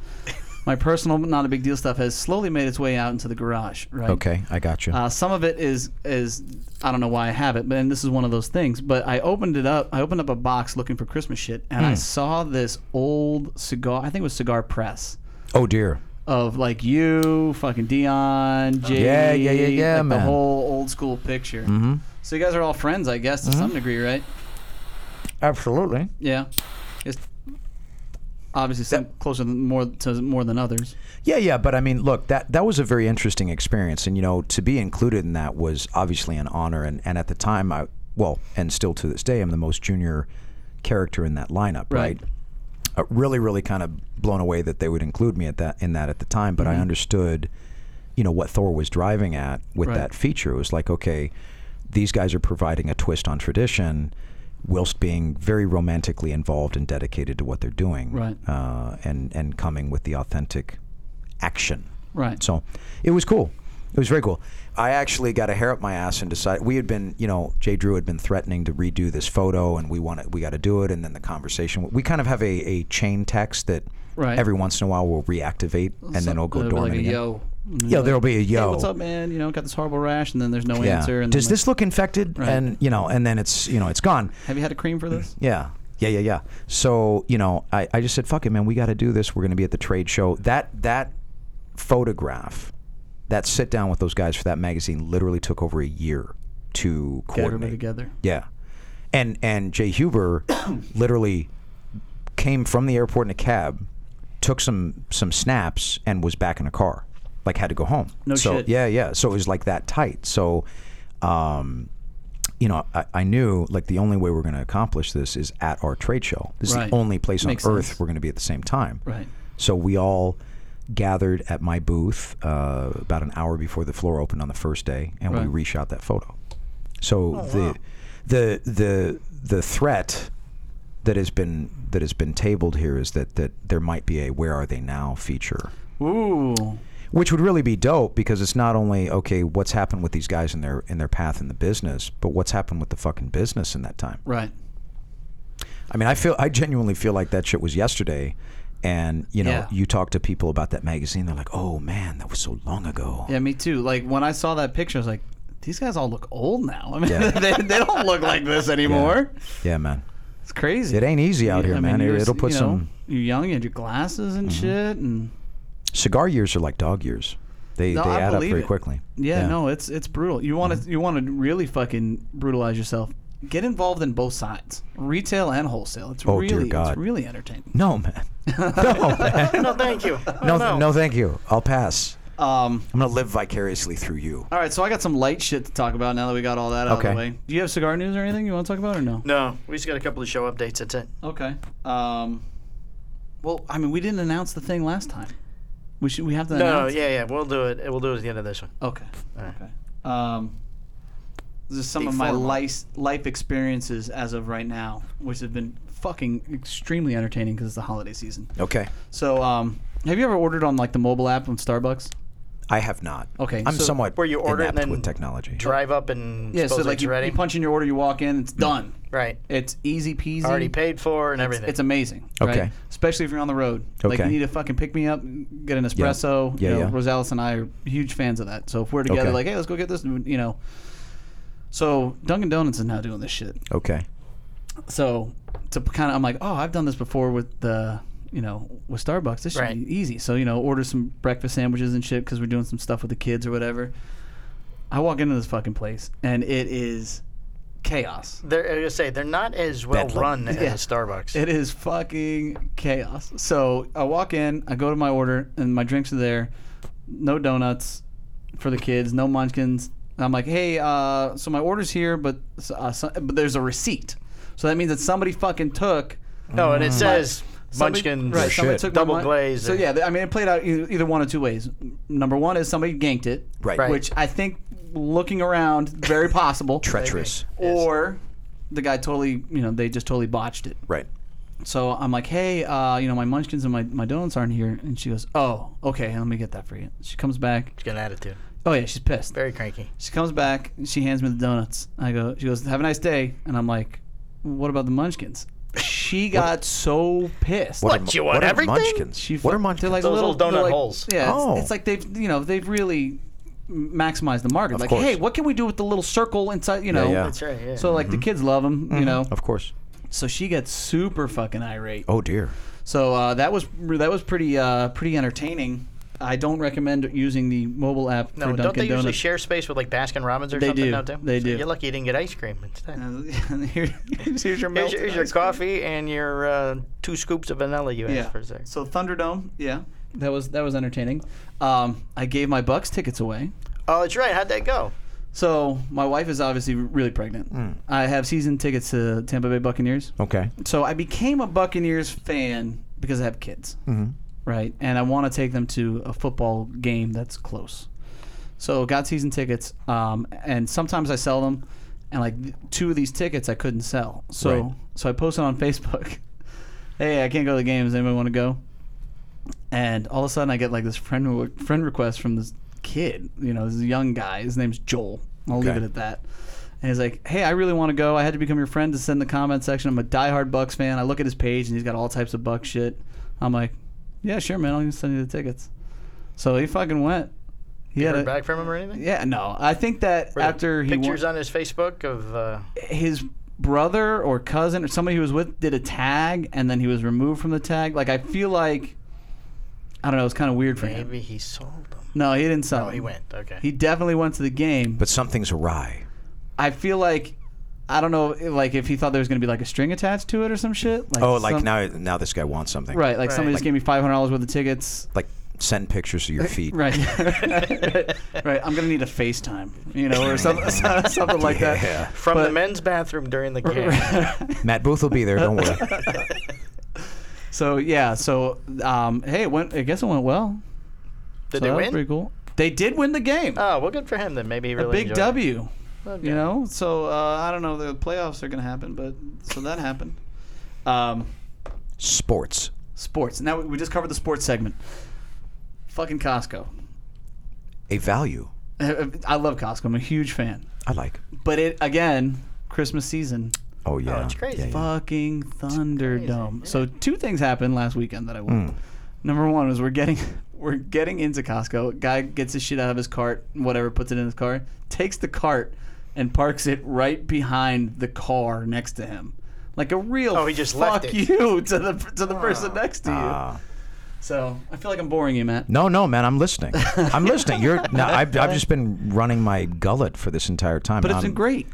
Speaker 2: my personal not a big deal stuff has slowly made its way out into the garage, right?
Speaker 3: Okay, I got you.
Speaker 2: Uh, some of it is is I don't know why I have it, but and this is one of those things. But I opened it up. I opened up a box looking for Christmas shit, and
Speaker 3: Hmm.
Speaker 2: I saw this old cigar. I think it was Cigar Press
Speaker 3: oh dear.
Speaker 2: of like you, fucking Dion, Jay,
Speaker 3: Yeah, yeah, yeah, yeah,
Speaker 2: like
Speaker 3: man.
Speaker 2: the whole old school picture. Mm-hmm. So you guys are all friends, I guess, to
Speaker 3: Mm-hmm.
Speaker 2: some degree, right?
Speaker 3: Absolutely.
Speaker 2: Yeah. It's obviously some closer than more to more than others.
Speaker 3: Yeah, yeah, but I mean, look, that that was a very interesting experience, and you know, to be included in that was obviously an honor, and and at the time, I well, and still to this day, I'm the most junior character in that lineup,
Speaker 2: Right.
Speaker 3: right? Uh, really, really kind of blown away that they would include me at that in that at the time, but I understood, you know, what Thor was driving at with
Speaker 2: Right.
Speaker 3: that feature. It was like, okay, these guys are providing a twist on tradition. Whilst being very romantically involved and dedicated to what they're doing,
Speaker 2: Right.
Speaker 3: uh, and and coming with the authentic action.
Speaker 2: Right.
Speaker 3: So it was cool. It was very cool. I actually got a hair up my ass and decided we had been, you know, Jay Drew had been threatening to redo this photo, and we want to, we got to do it. And then the conversation, we kind of have a, a chain text that
Speaker 2: Right.
Speaker 3: every once in a while we'll reactivate, and then it'll go
Speaker 2: Uh,
Speaker 3: dormant
Speaker 2: like a
Speaker 3: again.
Speaker 2: yo.
Speaker 3: Yeah, there'll be a
Speaker 2: Hey,
Speaker 3: yo.
Speaker 2: what's up, man? You know, got this horrible rash, and then there's no
Speaker 3: Yeah.
Speaker 2: answer. And
Speaker 3: Does
Speaker 2: then, like,
Speaker 3: this look infected?
Speaker 2: Right.
Speaker 3: And you know, and then it's you know, it's gone.
Speaker 2: Have you had a cream for this?
Speaker 3: Yeah. Yeah, yeah, yeah. So, you know, I, I just said, fuck it, man, we gotta do this. We're gonna be at the trade show. That that photograph, that sit down with those guys for that magazine literally took over a year to
Speaker 2: Get everybody
Speaker 3: coordinate.
Speaker 2: together.
Speaker 3: Yeah. And and Jay Huber literally came from the airport in a cab, took some some snaps and was back in a car. Like had to go home.
Speaker 2: No
Speaker 3: so,
Speaker 2: shit.
Speaker 3: Yeah, yeah. So it was like that tight. So um you know, I, I knew like the only way we're going to accomplish this is at our trade show. This is
Speaker 2: Right.
Speaker 3: the only place
Speaker 2: Makes
Speaker 3: on earth
Speaker 2: sense.
Speaker 3: we're going to be at the same time.
Speaker 2: Right.
Speaker 3: So we all gathered at my booth uh, about an hour before the floor opened on the first day, and we
Speaker 2: Right.
Speaker 3: reshot that photo. So the the the the threat that has been that has been tabled here is that that there might be a "Where Are They Now" feature.
Speaker 2: Ooh.
Speaker 3: Which would really be dope because it's not only okay what's happened with these guys in their in their path in the business, but what's happened with the fucking business in that time.
Speaker 2: Right.
Speaker 3: I mean, I feel I genuinely feel like that shit was yesterday. And you know,
Speaker 2: Yeah.
Speaker 3: you talk to people about that magazine, they're like, "Oh man, that was so long ago."
Speaker 2: Yeah, me too. Like when I saw that picture, I was like, these guys all look old now. I mean,
Speaker 3: Yeah.
Speaker 2: they, they don't look like this anymore.
Speaker 3: Yeah, man,
Speaker 2: It's crazy.
Speaker 3: it ain't easy out here,
Speaker 2: I mean,
Speaker 3: man.
Speaker 2: you're s-
Speaker 3: It, it'll put
Speaker 2: you know,
Speaker 3: some Mm-hmm.
Speaker 2: You're young. You had your glasses and shit, and
Speaker 3: cigar years are like dog years. They
Speaker 2: No,
Speaker 3: they
Speaker 2: I
Speaker 3: add up
Speaker 2: believe
Speaker 3: very
Speaker 2: it.
Speaker 3: quickly.
Speaker 2: yeah, no, it's it's brutal. You
Speaker 3: Mm-hmm.
Speaker 2: want to you want to really fucking brutalize yourself. Get involved in both sides, retail and wholesale. It's
Speaker 3: Oh, dear
Speaker 2: really
Speaker 3: God.
Speaker 2: it's really entertaining.
Speaker 3: no, man, no, man.
Speaker 1: no, thank you.
Speaker 3: no, no, thank you. I'll pass.
Speaker 2: Um,
Speaker 3: I'm gonna live vicariously through you.
Speaker 2: all right, so I got some light shit to talk about now that we got all that out of
Speaker 3: Okay.
Speaker 2: the way. Do you have cigar news or anything you want to talk about or no?
Speaker 1: No, we just got a couple of show updates. That's it.
Speaker 2: Okay. Um, well, I mean, we didn't announce the thing last time. We should. We have
Speaker 1: No,
Speaker 2: to.
Speaker 1: no,
Speaker 2: announce
Speaker 1: yeah, yeah, we'll do it. We'll do it at the end of this one.
Speaker 2: Okay.
Speaker 1: Alright.
Speaker 2: Okay. Um, this is some
Speaker 1: Be
Speaker 2: of my
Speaker 1: formal.
Speaker 2: life, life experiences as of right now, which have been fucking extremely entertaining because it's the holiday season.
Speaker 3: Okay.
Speaker 2: So, um, have you ever ordered on like the mobile app on Starbucks?
Speaker 3: I have not.
Speaker 2: Okay,
Speaker 3: I'm
Speaker 2: so-
Speaker 3: somewhat
Speaker 1: Where you order it and
Speaker 3: inept
Speaker 1: then
Speaker 3: with technology.
Speaker 1: Drive up and
Speaker 2: Yeah, so
Speaker 1: suppose
Speaker 2: like
Speaker 1: it's
Speaker 2: you,
Speaker 1: ready.
Speaker 2: you punch in your order, you walk in,
Speaker 3: Mm.
Speaker 2: it's done.
Speaker 1: right,
Speaker 2: It's easy peasy.
Speaker 1: already paid for and everything.
Speaker 2: It's amazing.
Speaker 3: Okay.
Speaker 2: Right? Especially if you're on the road. Like you
Speaker 3: Okay.
Speaker 2: need to fucking pick me up, get an espresso.
Speaker 3: Yeah,
Speaker 2: you know,
Speaker 3: yeah.
Speaker 2: Rosales and I are huge fans of that. So if we're together,
Speaker 3: Okay.
Speaker 2: like, hey, let's go get this, you know. So Dunkin' Donuts is now doing this shit.
Speaker 3: Okay.
Speaker 2: So to kind of, I'm like, oh, I've done this before with the, you know, with Starbucks. This should
Speaker 1: Right.
Speaker 2: be easy. So you know, order some breakfast sandwiches and shit because we're doing some stuff with the kids or whatever. I walk into this fucking place and it is chaos.
Speaker 1: they're, I was gonna say they're not as well
Speaker 3: Bedlam.
Speaker 1: run as
Speaker 2: Yeah.
Speaker 1: a Starbucks.
Speaker 2: It is fucking chaos. So I walk in, I go to my order, and my drinks are there. No donuts for the kids, no munchkins. And I'm like, hey, uh, so my order's here, but uh, so, but there's a receipt. So that means that somebody fucking took.
Speaker 1: no, and it says
Speaker 2: Mm. somebody-
Speaker 1: Munchkins.
Speaker 2: right? Somebody
Speaker 3: shit.
Speaker 2: took my
Speaker 1: Double
Speaker 2: mun-
Speaker 1: glazed
Speaker 2: So
Speaker 1: or-
Speaker 2: yeah, th- I mean, it played out either, either one of two ways. Number one is somebody ganked it,
Speaker 3: Right. Right.
Speaker 2: Which I think, looking around, very possible.
Speaker 3: Treacherous.
Speaker 2: or the guy totally, you know, they just totally botched it.
Speaker 3: Right.
Speaker 2: So I'm like, hey, uh, you know, my munchkins and my, my donuts aren't here. And she goes, oh, okay, let me get that for you. She comes back.
Speaker 1: It's got an attitude.
Speaker 2: Oh, yeah, she's pissed.
Speaker 1: Very cranky.
Speaker 2: She comes back. and She hands me the donuts. I go, she goes, have a nice day. And I'm like, what about the munchkins? She got so pissed.
Speaker 1: What, you want
Speaker 3: what are
Speaker 1: everything?
Speaker 3: munchkins?
Speaker 2: She
Speaker 3: what
Speaker 2: fu-
Speaker 3: are munchkins?
Speaker 2: They're like
Speaker 1: Those
Speaker 2: little,
Speaker 1: little donut
Speaker 2: they're like-
Speaker 1: holes.
Speaker 2: Yeah, it's,
Speaker 3: Oh.
Speaker 2: it's like they've, you know, they've really maximized the market. like,
Speaker 3: course.
Speaker 2: hey, what can we do with the little circle inside? You know,
Speaker 3: yeah. Mm-hmm.
Speaker 1: That's right. Yeah.
Speaker 2: so like the kids love them. You know,
Speaker 3: of course.
Speaker 2: so she gets super fucking irate.
Speaker 3: Oh dear.
Speaker 2: So uh, that was that was pretty uh, pretty entertaining. I don't recommend using the mobile app
Speaker 1: no,
Speaker 2: for
Speaker 1: don't they
Speaker 2: Dunkin'
Speaker 1: usually
Speaker 2: Donuts.
Speaker 1: share space with like Baskin Robbins or
Speaker 2: They
Speaker 1: something?
Speaker 2: do.
Speaker 1: now, too?
Speaker 2: They
Speaker 1: So
Speaker 2: do.
Speaker 1: You're lucky you didn't get ice cream instead.
Speaker 2: Uh, here- here's your
Speaker 1: Here's
Speaker 2: melted
Speaker 1: your, here's your
Speaker 2: ice cream.
Speaker 1: coffee and your uh, two scoops of vanilla you asked
Speaker 2: Yeah.
Speaker 1: for there.
Speaker 2: So Thunderdome. Yeah, that was that was entertaining. Um, I gave my Bucks tickets away.
Speaker 1: Oh, that's right. How'd that go?
Speaker 2: So my wife is obviously really pregnant. I have season tickets to Tampa Bay Buccaneers.
Speaker 3: Okay.
Speaker 2: So I became a Buccaneers fan because I have kids, right? And I want to take them to a football game that's close. So got season tickets, um, and sometimes I sell them, and like th- two of these tickets I couldn't sell. So
Speaker 3: Right.
Speaker 2: so I posted on Facebook, "Hey, I can't go to the games. Anybody want to go?" And all of a sudden I get like this friend re- friend request from this kid, you know, this young guy. His name's Joel. I'll leave
Speaker 3: Okay.
Speaker 2: it at that. And he's like, "Hey, I really want to go. I had to become your friend to send the comment section. I'm a diehard Bucks fan. I look at his page and he's got all types of Bucks shit." I'm like, "Yeah, sure, man. I'll even send you the tickets." So he fucking went. He had
Speaker 1: Heard
Speaker 2: a,
Speaker 1: back from him or anything?
Speaker 2: yeah, no. I think that
Speaker 1: Were there
Speaker 2: after he
Speaker 1: pictures
Speaker 2: won,
Speaker 1: on his Facebook of uh,
Speaker 2: his brother or cousin or somebody he was with did a tag and then he was removed from the tag. Like I feel like I don't know, it's kind of weird for him.
Speaker 1: maybe he sold them.
Speaker 2: No, he didn't sell.
Speaker 1: Oh, he
Speaker 2: them.
Speaker 1: went. Okay.
Speaker 2: He definitely went to the game.
Speaker 3: But something's awry.
Speaker 2: I feel like I don't know, like if he thought there was gonna be like a string attached to it or some shit. Like
Speaker 3: Oh, like
Speaker 2: some-
Speaker 3: now now this guy wants something.
Speaker 2: Right, like somebody
Speaker 1: Right.
Speaker 2: just gave me five hundred dollars worth of tickets.
Speaker 3: Like send pictures of your feet.
Speaker 2: Right, right. I'm gonna need a FaceTime, you know, or something, something like that.
Speaker 3: Yeah.
Speaker 1: from the
Speaker 2: but-
Speaker 1: men's bathroom during the game.
Speaker 3: Matt Booth will be there. Don't worry.
Speaker 2: So yeah, so um, hey, it went. I guess it went well.
Speaker 1: Did
Speaker 2: So
Speaker 1: they
Speaker 2: that was
Speaker 1: win?
Speaker 2: Pretty cool. They did win the game.
Speaker 1: Oh, well, good for him then. Maybe he
Speaker 2: a
Speaker 1: really
Speaker 2: big
Speaker 1: enjoyed it.
Speaker 2: W.
Speaker 1: Okay.
Speaker 2: You know, so uh, I don't know. The playoffs are going to happen, but so that happened. Um,
Speaker 3: Sports.
Speaker 2: sports. Now we we just covered the sports segment. Fucking Costco.
Speaker 3: A value.
Speaker 2: I love Costco. I'm a huge fan.
Speaker 3: I like.
Speaker 2: But it again, Christmas season.
Speaker 3: Oh yeah.
Speaker 1: it's crazy.
Speaker 3: Yeah, yeah.
Speaker 2: Fucking Thunderdome. So two things happened last weekend that I
Speaker 3: Hmm.
Speaker 2: won. Number one is we're getting we're getting into Costco. Guy gets his shit out of his cart, whatever, puts it in his car, takes the cart and parks it right behind the car next to him. Like a real
Speaker 1: Oh, he just
Speaker 2: fuck
Speaker 1: left it. Oh,
Speaker 2: you to the to the person next to you.
Speaker 3: Ah.
Speaker 2: so I feel like I'm boring you, Matt.
Speaker 3: No, no, man, I'm listening. I'm listening. You're. No, I've, I've just been running my gullet for this entire time.
Speaker 2: But it's
Speaker 3: I'm-
Speaker 2: been great.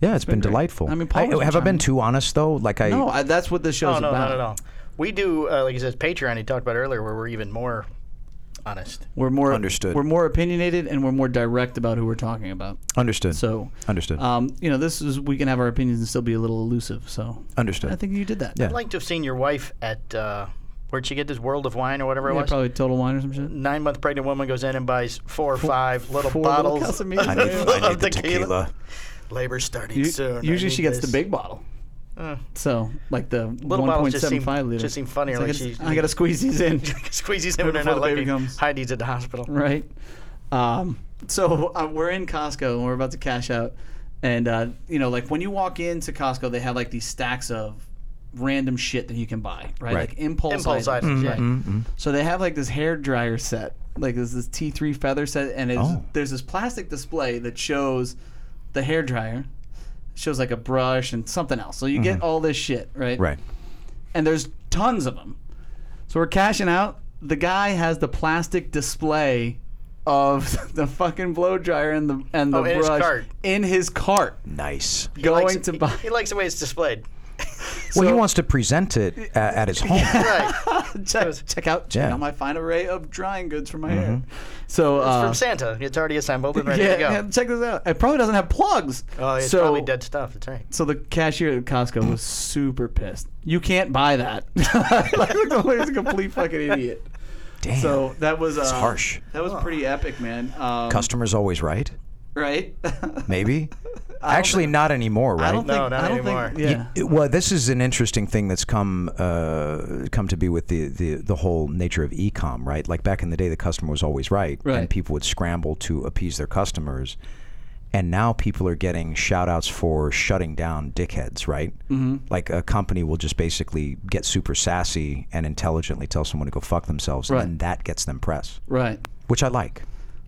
Speaker 3: Yeah, it's been,
Speaker 2: great.
Speaker 3: delightful.
Speaker 2: I mean, Paul was
Speaker 3: have I
Speaker 2: chiming.
Speaker 3: been too honest though? Like I.
Speaker 2: No, I, that's what this show's
Speaker 1: Oh, no,
Speaker 2: about.
Speaker 1: not at all. We do, uh, like he says, Patreon, he talked about earlier, where we're even more honest.
Speaker 2: We're more
Speaker 3: Understood.
Speaker 2: We're more opinionated and we're more direct about who we're talking about.
Speaker 3: Understood.
Speaker 2: So
Speaker 3: Understood.
Speaker 2: Um, you know, this is we can have our opinions and still be a little elusive. So
Speaker 3: Understood.
Speaker 2: I think you did that.
Speaker 3: Yeah.
Speaker 1: I'd like to have seen your wife at uh, where'd she get this World of Wine or whatever it
Speaker 2: Yeah,
Speaker 1: was.
Speaker 2: probably total wine or some shit.
Speaker 1: Nine month pregnant woman goes in and buys four or five little
Speaker 2: four little
Speaker 1: bottles.
Speaker 2: Casamigas.
Speaker 3: I need, I
Speaker 1: Of
Speaker 3: need the
Speaker 1: tequila.
Speaker 3: tequila.
Speaker 1: Labor starting
Speaker 2: You-
Speaker 1: soon. I
Speaker 2: usually she
Speaker 1: need
Speaker 2: gets
Speaker 1: this.
Speaker 2: the big bottle.
Speaker 1: Uh.
Speaker 2: so like the
Speaker 1: Little bottles just seem-
Speaker 2: 1.75 liter.
Speaker 1: just seem funnier,
Speaker 2: It's
Speaker 1: like
Speaker 2: I gotta-
Speaker 1: she's-
Speaker 2: I gotta squeeze these in,
Speaker 1: Squeezies in when they're
Speaker 2: before
Speaker 1: not
Speaker 2: the baby
Speaker 1: looking.
Speaker 2: comes.
Speaker 1: Heidi's at the hospital.
Speaker 2: right? Um, so uh, we're in Costco and we're about to cash out, and uh, you know, like when you walk into Costco, they have like these stacks of random shit that you can buy, right? Mm. Mm-hmm.
Speaker 3: Right.
Speaker 2: Like impulse,
Speaker 1: Impulse items, yeah.
Speaker 2: So they have like this hair dryer set, like this this T three feather set, and it's,
Speaker 3: Oh.
Speaker 2: there's this plastic display that shows the hair dryer, shows like a brush and something else. So you get all this shit, Mm-hmm. right?
Speaker 3: Right.
Speaker 2: And there's tons of them. So we're cashing out. The guy has the plastic display of the fucking blow dryer and the and the
Speaker 1: Oh, in his
Speaker 2: brush
Speaker 1: cart.
Speaker 2: in his cart,
Speaker 3: Nice.
Speaker 2: going
Speaker 1: Likes-
Speaker 2: to
Speaker 1: he-
Speaker 2: buy.
Speaker 1: He likes the way it's displayed.
Speaker 3: well, he
Speaker 2: So-
Speaker 3: wants to present it uh, at his home.
Speaker 1: Right.
Speaker 2: check, check out check
Speaker 3: Yeah. Mm-hmm.
Speaker 2: out my fine array of drying goods for my hair. So uh,
Speaker 1: From Santa. It's already assembled and ready
Speaker 2: yeah,
Speaker 1: to go.
Speaker 2: yeah, check this out. It probably doesn't have plugs.
Speaker 1: Oh, it's
Speaker 2: so,
Speaker 1: probably dead stuff. That's right.
Speaker 2: So the cashier at Costco
Speaker 3: Mm.
Speaker 2: was super pissed. You can't buy that. like, the lady's a complete fucking idiot.
Speaker 3: Damn.
Speaker 2: So that was uh,
Speaker 3: harsh.
Speaker 2: That was pretty epic, man. Um,
Speaker 3: Customers always right.
Speaker 2: right?
Speaker 3: Maybe. Actually, not anymore. Right.
Speaker 2: I don't
Speaker 1: No,
Speaker 2: think.
Speaker 1: not
Speaker 2: I don't
Speaker 1: anymore.
Speaker 2: think. Yeah.
Speaker 3: It- well, this is an interesting thing that's come uh, come to be with the, the the whole nature of e-com, right? Like back in the day, the customer was always right,
Speaker 2: Right.
Speaker 3: and people would scramble to appease their customers. And now people are getting shout outs for shutting down dickheads, right? Mm-hmm. Like a company will just basically get super sassy and intelligently tell someone to go fuck themselves,
Speaker 2: Right.
Speaker 3: and then that gets them press,
Speaker 2: Right.
Speaker 3: which I like.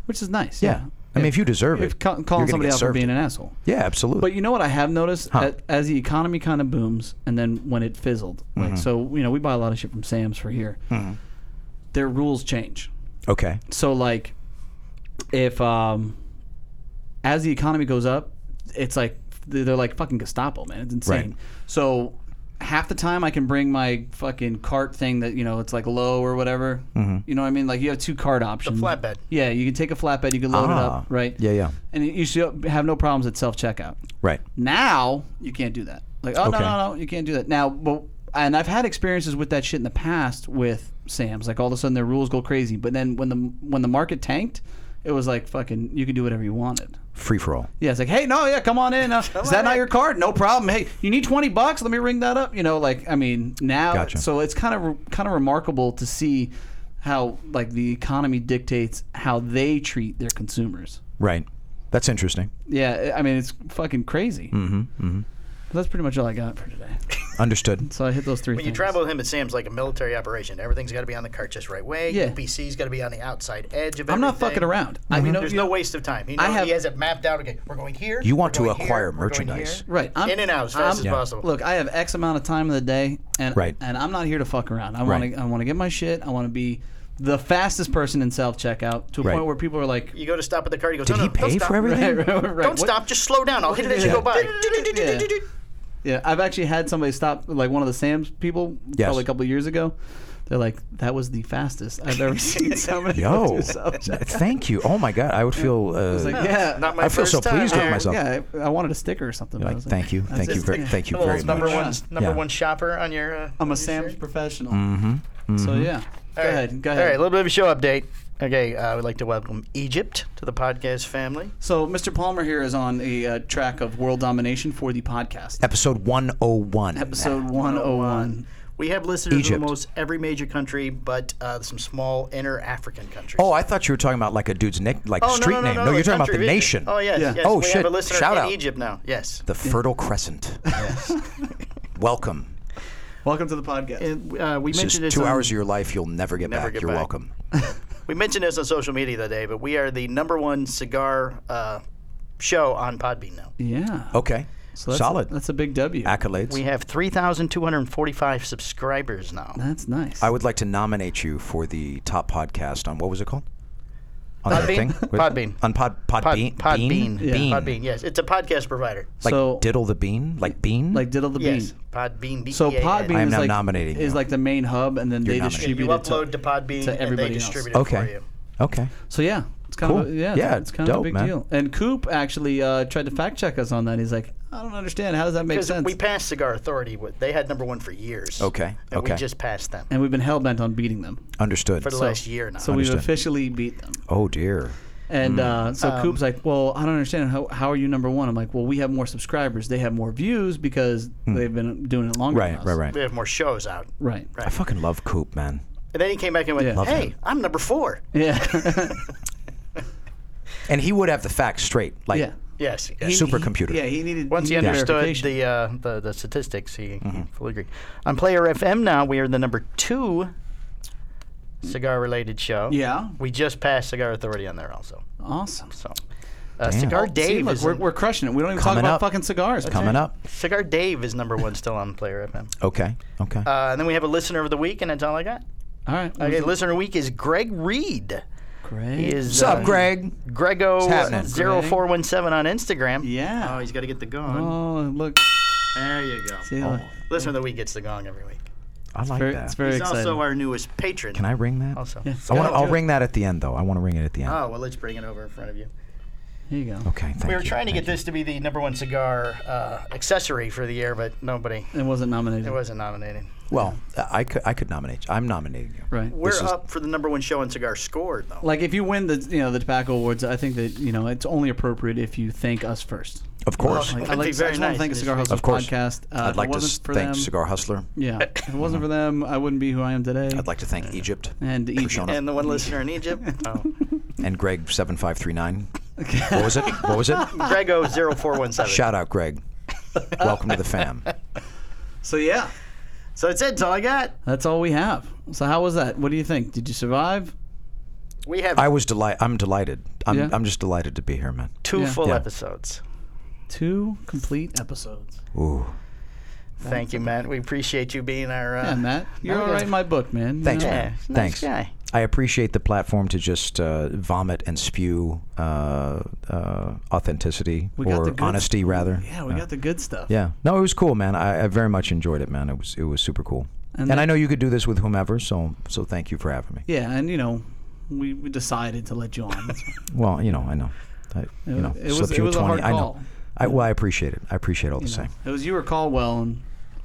Speaker 2: Which is nice.
Speaker 3: Yeah. I mean, if you deserve
Speaker 2: If
Speaker 3: it,
Speaker 2: ca- calling
Speaker 3: you're gonna
Speaker 2: somebody
Speaker 3: get
Speaker 2: out for
Speaker 3: served
Speaker 2: being
Speaker 3: it.
Speaker 2: an asshole.
Speaker 3: yeah, absolutely.
Speaker 2: But you know what I have noticed
Speaker 3: Huh.
Speaker 2: A- as the economy kind of booms, and then when it fizzled,
Speaker 3: Mm-hmm.
Speaker 2: like so, you know, we buy a lot of shit from Sam's for here. Their rules change.
Speaker 3: okay,
Speaker 2: So like, if um, as the economy goes up, it's like they're they're like fucking Gestapo, man. It's insane.
Speaker 3: Right.
Speaker 2: So half the time I can bring my fucking cart thing that you know it's like low or whatever.
Speaker 3: Mm-hmm.
Speaker 2: You know what I mean? Like you have two cart options.
Speaker 1: flatbed.
Speaker 2: Yeah, you can take a flatbed. You can load it
Speaker 3: Ah.
Speaker 2: up, right?
Speaker 3: Yeah, yeah.
Speaker 2: And you should have no problems at self checkout.
Speaker 3: right,
Speaker 2: Now you can't do that. Like, oh no,
Speaker 3: Okay.
Speaker 2: no, no, you can't do that. Now, but and I've had experiences with that shit in the past with Sam's. Like all of a sudden their rules go crazy, but then when the when the market tanked, it was like fucking you could do whatever you wanted.
Speaker 3: free for all.
Speaker 2: Yeah, it's like, hey, no, yeah, come on in. Uh, is that
Speaker 1: on
Speaker 2: not
Speaker 1: in.
Speaker 2: your card? No problem. Hey, you need twenty bucks? Let me ring that up. You know, like I mean, now,
Speaker 3: Gotcha.
Speaker 2: so it's kind of kind of remarkable to see how like the economy dictates how they treat their consumers.
Speaker 3: Right. That's interesting.
Speaker 2: Yeah, I I mean it's fucking crazy. Mm-hmm. That's pretty much all I got for today.
Speaker 3: Understood.
Speaker 2: So I hit those three.
Speaker 1: When you
Speaker 2: things.
Speaker 1: travel with him, it seems like a military operation. Everything's got to be on the cart just right way.
Speaker 2: Yeah.
Speaker 1: UPC's got to be on the outside edge of
Speaker 2: I'm not
Speaker 1: everything.
Speaker 2: fucking around.
Speaker 3: Mm-hmm.
Speaker 2: I mean,
Speaker 1: There's no waste of time. He,
Speaker 2: I
Speaker 1: knows-
Speaker 2: have-
Speaker 1: he has it mapped out. Okay, we're going here.
Speaker 3: You
Speaker 1: we're
Speaker 3: want to
Speaker 1: going here,
Speaker 3: acquire
Speaker 1: we're going
Speaker 3: merchandise.
Speaker 1: here.
Speaker 2: Right, I'm
Speaker 1: In and out as fast
Speaker 2: I'm-
Speaker 1: as possible.
Speaker 2: Look, I have X amount of time of the day, and
Speaker 3: Right.
Speaker 2: and I'm not here to fuck around. I want
Speaker 3: Right.
Speaker 2: to I want to get my shit. I want to be the fastest person in self checkout to a
Speaker 3: Right.
Speaker 2: point where people are like,
Speaker 1: You go to stop at the cart. He goes,
Speaker 3: Did
Speaker 1: no,
Speaker 3: he
Speaker 1: no, don't
Speaker 3: pay
Speaker 1: stop.
Speaker 3: for everything?
Speaker 2: Right, right, right.
Speaker 1: Don't
Speaker 2: What-
Speaker 1: stop. Just slow down. I'll hit it as you
Speaker 2: Yeah.
Speaker 1: go by.
Speaker 2: Yeah. Yeah, I've actually had somebody stop, like one of the Sam's people,
Speaker 3: Yes.
Speaker 2: probably a couple of years ago. They're like, "That was the fastest I've ever seen somebody go
Speaker 3: Yo,
Speaker 2: do self-checkout."
Speaker 3: thank you. Oh my God, I would feel. Uh,
Speaker 2: like, Yeah.
Speaker 1: Not my
Speaker 3: I feel so
Speaker 1: first time
Speaker 3: pleased with
Speaker 1: there.
Speaker 3: myself.
Speaker 2: Yeah, I, I wanted a sticker or something. but I
Speaker 3: like,
Speaker 2: was like,
Speaker 3: thank you,
Speaker 2: that's
Speaker 3: thank you,
Speaker 2: it.
Speaker 3: very, thank you
Speaker 1: Little
Speaker 3: very
Speaker 1: number
Speaker 3: much.
Speaker 1: one, number
Speaker 3: Yeah.
Speaker 1: one shopper on your. Uh,
Speaker 2: I'm a
Speaker 1: on your
Speaker 2: Sam's
Speaker 1: shirt.
Speaker 2: professional.
Speaker 3: Mm-hmm,
Speaker 2: So yeah, go
Speaker 1: All right.
Speaker 2: ahead, go
Speaker 1: All right,
Speaker 2: ahead.
Speaker 1: a little bit of a show update. Okay, uh, I would like to welcome Egypt to the podcast family.
Speaker 2: So Mr. Palmer here is on a uh, track of world domination for the podcast.
Speaker 3: Episode one oh one. oh
Speaker 2: Episode 101.
Speaker 1: We have listeners in
Speaker 3: Egypt.
Speaker 1: almost every major country, but uh, some small inner African countries.
Speaker 3: Oh, I thought you were talking about like a dude's nick, like
Speaker 1: Oh,
Speaker 3: street name. No, you're
Speaker 1: the
Speaker 3: talking about the
Speaker 1: country of Egypt.
Speaker 3: nation.
Speaker 1: Oh yes,
Speaker 2: Yeah.
Speaker 1: yes.
Speaker 3: Oh,
Speaker 1: we
Speaker 3: shit.
Speaker 1: have a listener
Speaker 3: Shout
Speaker 1: in
Speaker 3: out.
Speaker 1: Egypt now. Yes.
Speaker 3: The Fertile Crescent. Welcome.
Speaker 2: Welcome to the podcast.
Speaker 1: And, uh, we
Speaker 3: Just
Speaker 1: mentioned this
Speaker 3: two
Speaker 1: on-
Speaker 2: um,
Speaker 3: hours of your life you'll never get
Speaker 1: Never
Speaker 3: back.
Speaker 1: get
Speaker 3: you're
Speaker 1: back.
Speaker 3: welcome.
Speaker 1: We mentioned this on social media the other day, but we are the number one cigar uh, show on Podbean now.
Speaker 2: yeah.
Speaker 3: Okay.
Speaker 2: So that's
Speaker 3: Oh, Solid.
Speaker 2: A, that's a big W.
Speaker 3: Accolades.
Speaker 1: We have three thousand two hundred forty-five subscribers now.
Speaker 2: that's nice.
Speaker 3: I would like to nominate you for the top podcast on what was it called? on that
Speaker 1: Podbean?
Speaker 3: thing? With-
Speaker 1: Podbean.
Speaker 3: On Pod
Speaker 1: Pod,
Speaker 3: Podbean
Speaker 1: Podbean.
Speaker 3: Bean?
Speaker 2: Yeah.
Speaker 3: Bean.
Speaker 1: Podbean, yes. It's a podcast provider.
Speaker 3: Like
Speaker 2: so
Speaker 3: diddle the bean, like bean.
Speaker 2: like diddle the
Speaker 1: Yes.
Speaker 2: bean.
Speaker 1: Podbean. E B-E-A-N.
Speaker 2: So Podbean
Speaker 3: I am
Speaker 2: is
Speaker 3: now
Speaker 2: like
Speaker 3: nominating
Speaker 2: is
Speaker 3: you.
Speaker 2: like the main hub, and then they
Speaker 3: nominated.
Speaker 1: You
Speaker 2: distribute it to-
Speaker 1: upload to, Podbean
Speaker 2: to
Speaker 1: and they
Speaker 2: everybody else.
Speaker 1: distribute it for
Speaker 3: okay,
Speaker 1: you.
Speaker 3: okay.
Speaker 2: So yeah, it's kind of
Speaker 3: Cool.
Speaker 2: a, yeah,
Speaker 3: Yeah,
Speaker 2: it's kind of
Speaker 3: dope,
Speaker 2: a big
Speaker 3: man.
Speaker 2: deal. And Coop actually uh, tried to fact check us on that. He's like, I don't understand. How does that make
Speaker 1: Because
Speaker 2: sense?
Speaker 1: we passed Cigar Authority. with- They had number one for years.
Speaker 3: Okay,
Speaker 1: And we
Speaker 3: okay.
Speaker 1: just passed them
Speaker 2: and we've been hell bent on beating them.
Speaker 3: Understood.
Speaker 1: for the last year now.
Speaker 2: So
Speaker 3: Understood. Mm.
Speaker 2: we've officially beat them.
Speaker 3: oh dear.
Speaker 2: And uh, so
Speaker 1: Um,
Speaker 2: Coop's like, well, I don't understand. How, how are you number one? I'm like, well, we have more subscribers. They have more views because they've been doing it longer.
Speaker 3: Hmm. Right,
Speaker 2: than us.
Speaker 3: right, right.
Speaker 1: we have more shows out.
Speaker 2: Right.
Speaker 3: I fucking love Coop, man.
Speaker 1: And then he came back and went,
Speaker 2: Yeah. Love
Speaker 1: "Hey,
Speaker 3: him.
Speaker 1: I'm number four.
Speaker 2: Yeah.
Speaker 3: And he would have the facts straight, like
Speaker 2: yeah.
Speaker 1: Yes. yes.
Speaker 3: supercomputer.
Speaker 2: Yeah, he needed.
Speaker 1: Once he
Speaker 2: needed
Speaker 1: understood
Speaker 2: verification.
Speaker 1: the, uh, the the statistics, he,
Speaker 3: Mm-hmm.
Speaker 1: he fully agreed. On Player FM now, we are the number two cigar related show.
Speaker 2: Yeah.
Speaker 1: We just passed Cigar Authority on there also.
Speaker 2: Awesome.
Speaker 1: So, uh, Cigar
Speaker 2: See,
Speaker 1: Dave
Speaker 2: look,
Speaker 1: is
Speaker 2: we're,
Speaker 1: in-
Speaker 2: we're crushing it. We don't even talk
Speaker 3: Coming
Speaker 2: about
Speaker 3: up.
Speaker 2: fucking cigars.
Speaker 3: coming up.
Speaker 1: Cigar Dave is number one still on Player FM.
Speaker 3: Okay, okay.
Speaker 1: Uh, and then we have a listener of the week, and that's all I got.
Speaker 2: All right.
Speaker 1: Okay, listener of the week is Greg Reed.
Speaker 2: Great.
Speaker 1: He is
Speaker 3: What's up,
Speaker 1: uh,
Speaker 3: Greg? happening?
Speaker 1: Grego0417 on Instagram.
Speaker 2: Yeah.
Speaker 1: Oh, he's got to get the gong.
Speaker 2: Oh, look.
Speaker 1: There you go.
Speaker 2: See, look.
Speaker 1: Listener of the week gets the gong every week.
Speaker 3: Oh, I like
Speaker 2: Very,
Speaker 3: that.
Speaker 2: Uh, it's very
Speaker 1: He's
Speaker 2: exciting.
Speaker 1: also our newest patron.
Speaker 3: Can I ring that?
Speaker 1: Also.
Speaker 2: Yes.
Speaker 3: I want.
Speaker 2: Gotta do
Speaker 3: I'll
Speaker 2: it.
Speaker 3: ring that at the end, though. I want to ring it at the end.
Speaker 1: Oh, well, let's bring it over in front of you.
Speaker 2: Here you go.
Speaker 3: okay, thank you.
Speaker 1: We were trying to
Speaker 3: thank
Speaker 1: get this to be the number one cigar uh, accessory for the year, but nobody.
Speaker 3: Oh.
Speaker 2: It wasn't nominated.
Speaker 3: Mm.
Speaker 1: It wasn't nominated.
Speaker 3: you. Well, I could. I could nominate. you. I'm nominating you.
Speaker 2: Right.
Speaker 1: We're
Speaker 3: is-
Speaker 1: up for the number one show on cigar scored, though.
Speaker 2: Like if you win the you know the tobacco awards, I think that you know it's only appropriate if you thank us first.
Speaker 3: Of course.
Speaker 1: Well,
Speaker 2: Like, I
Speaker 1: That'd
Speaker 2: like
Speaker 1: be
Speaker 2: I
Speaker 1: very
Speaker 2: just want
Speaker 1: nice.
Speaker 2: to thank the Cigar Hustlers
Speaker 3: Of course.
Speaker 2: podcast. Uh, if
Speaker 3: I'd
Speaker 2: it
Speaker 3: like to
Speaker 2: wasn't
Speaker 3: s-
Speaker 2: for
Speaker 3: thank
Speaker 2: them,
Speaker 3: Cigar Hustler.
Speaker 2: Yeah, if it wasn't for them, I wouldn't be who I am today.
Speaker 3: I'd like to thank Egypt
Speaker 2: and
Speaker 3: for showing
Speaker 2: Egypt.
Speaker 3: up.
Speaker 1: And the one listener in Egypt, oh.
Speaker 3: and Greg seven five three nine. What was it? What was it?
Speaker 1: Grego0417.
Speaker 3: Shout out, Greg. Welcome to the fam.
Speaker 2: So yeah,
Speaker 1: So that's it. That's all I got.
Speaker 2: that's all we have. So how was that? What do you think? Did you survive?
Speaker 1: We have
Speaker 3: I was delight. I'm delighted. I'm,
Speaker 2: Yeah.
Speaker 3: I'm just delighted to be here, man.
Speaker 1: two
Speaker 2: yeah.
Speaker 1: full
Speaker 3: Yeah.
Speaker 1: episodes.
Speaker 2: Two complete episodes.
Speaker 3: Ooh,
Speaker 1: Thank you, Matt. We appreciate you being our. Uh,
Speaker 2: Yeah, Matt, you're
Speaker 1: we
Speaker 2: all
Speaker 1: got-
Speaker 2: right in my book, man. you
Speaker 3: thanks,
Speaker 2: know?
Speaker 1: Yeah,
Speaker 3: man.
Speaker 1: nice
Speaker 3: Thanks.
Speaker 1: guy.
Speaker 3: I appreciate the platform to just uh, vomit and spew uh, uh, authenticity
Speaker 2: We got the
Speaker 3: or
Speaker 2: good-
Speaker 3: honesty, rather.
Speaker 2: Yeah, we
Speaker 3: Uh,
Speaker 2: got the good stuff.
Speaker 3: Yeah. No, it was cool, man. I, I very much enjoyed it, man. It was it was super cool.
Speaker 2: And
Speaker 3: And,
Speaker 2: that-
Speaker 3: I know you could do this with whomever, so so thank you for having me.
Speaker 2: Yeah, and you know, we, we decided to let you on. That's fine.
Speaker 3: Well, you know, I know. I, you know,
Speaker 2: it was-
Speaker 3: slipped
Speaker 2: it
Speaker 3: you
Speaker 2: was a
Speaker 3: 20.
Speaker 2: hard
Speaker 3: I know.
Speaker 2: call.
Speaker 3: I, well, I appreciate it. I appreciate it all the same.
Speaker 2: it was you or Caldwell, and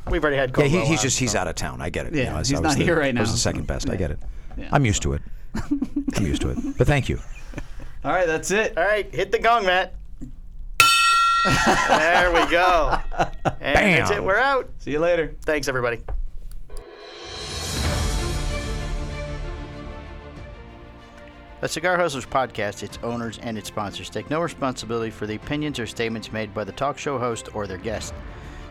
Speaker 1: We've already had.
Speaker 3: Yeah, he,
Speaker 1: Caldwell
Speaker 3: he's
Speaker 1: on,
Speaker 3: just
Speaker 1: so.
Speaker 3: he's out of town. I get it.
Speaker 2: Yeah,
Speaker 3: I was-
Speaker 2: he's
Speaker 3: I was
Speaker 2: not
Speaker 3: the-
Speaker 2: here right
Speaker 3: I was
Speaker 2: now.
Speaker 3: the second best. I get it.
Speaker 2: Yeah.
Speaker 3: I'm used to it. I'm used to it. But thank you.
Speaker 2: all right, that's it.
Speaker 1: All right, hit the gong, Matt. there we go. And that's
Speaker 3: Bam.
Speaker 1: it. We're out.
Speaker 2: See you later.
Speaker 1: Thanks, everybody. The Cigar Hustlers podcast, its owners, and its sponsors take no responsibility for the opinions or statements made by the talk show host or their guest.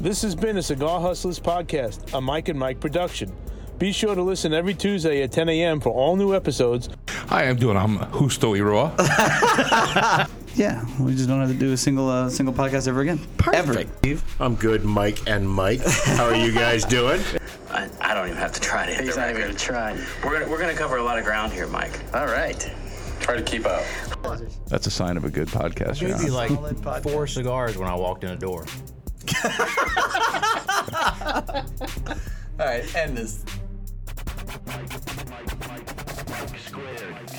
Speaker 4: This has been a Cigar Hustlers podcast, a Mike and Mike production. Be sure to listen every Tuesday at 10 a.m. for all new episodes
Speaker 5: Hi, I'm doing. I'm Husto Iroa.
Speaker 2: Yeah, we just don't have to do a single uh, single podcast ever again. Perfect. Ever.
Speaker 6: I'm good, Mike and Mike. How are you guys doing?
Speaker 7: I, I don't even have to try to hit the record.
Speaker 1: trying.
Speaker 7: We're gonna, we're gonna cover a lot of ground here, Mike.
Speaker 1: All right.
Speaker 7: Try to keep up.
Speaker 5: That's a sign of a good podcast. you're
Speaker 8: Maybe
Speaker 5: on.
Speaker 8: like four cigars when I walked in the door.
Speaker 2: All right, end this.
Speaker 9: Mike Squared.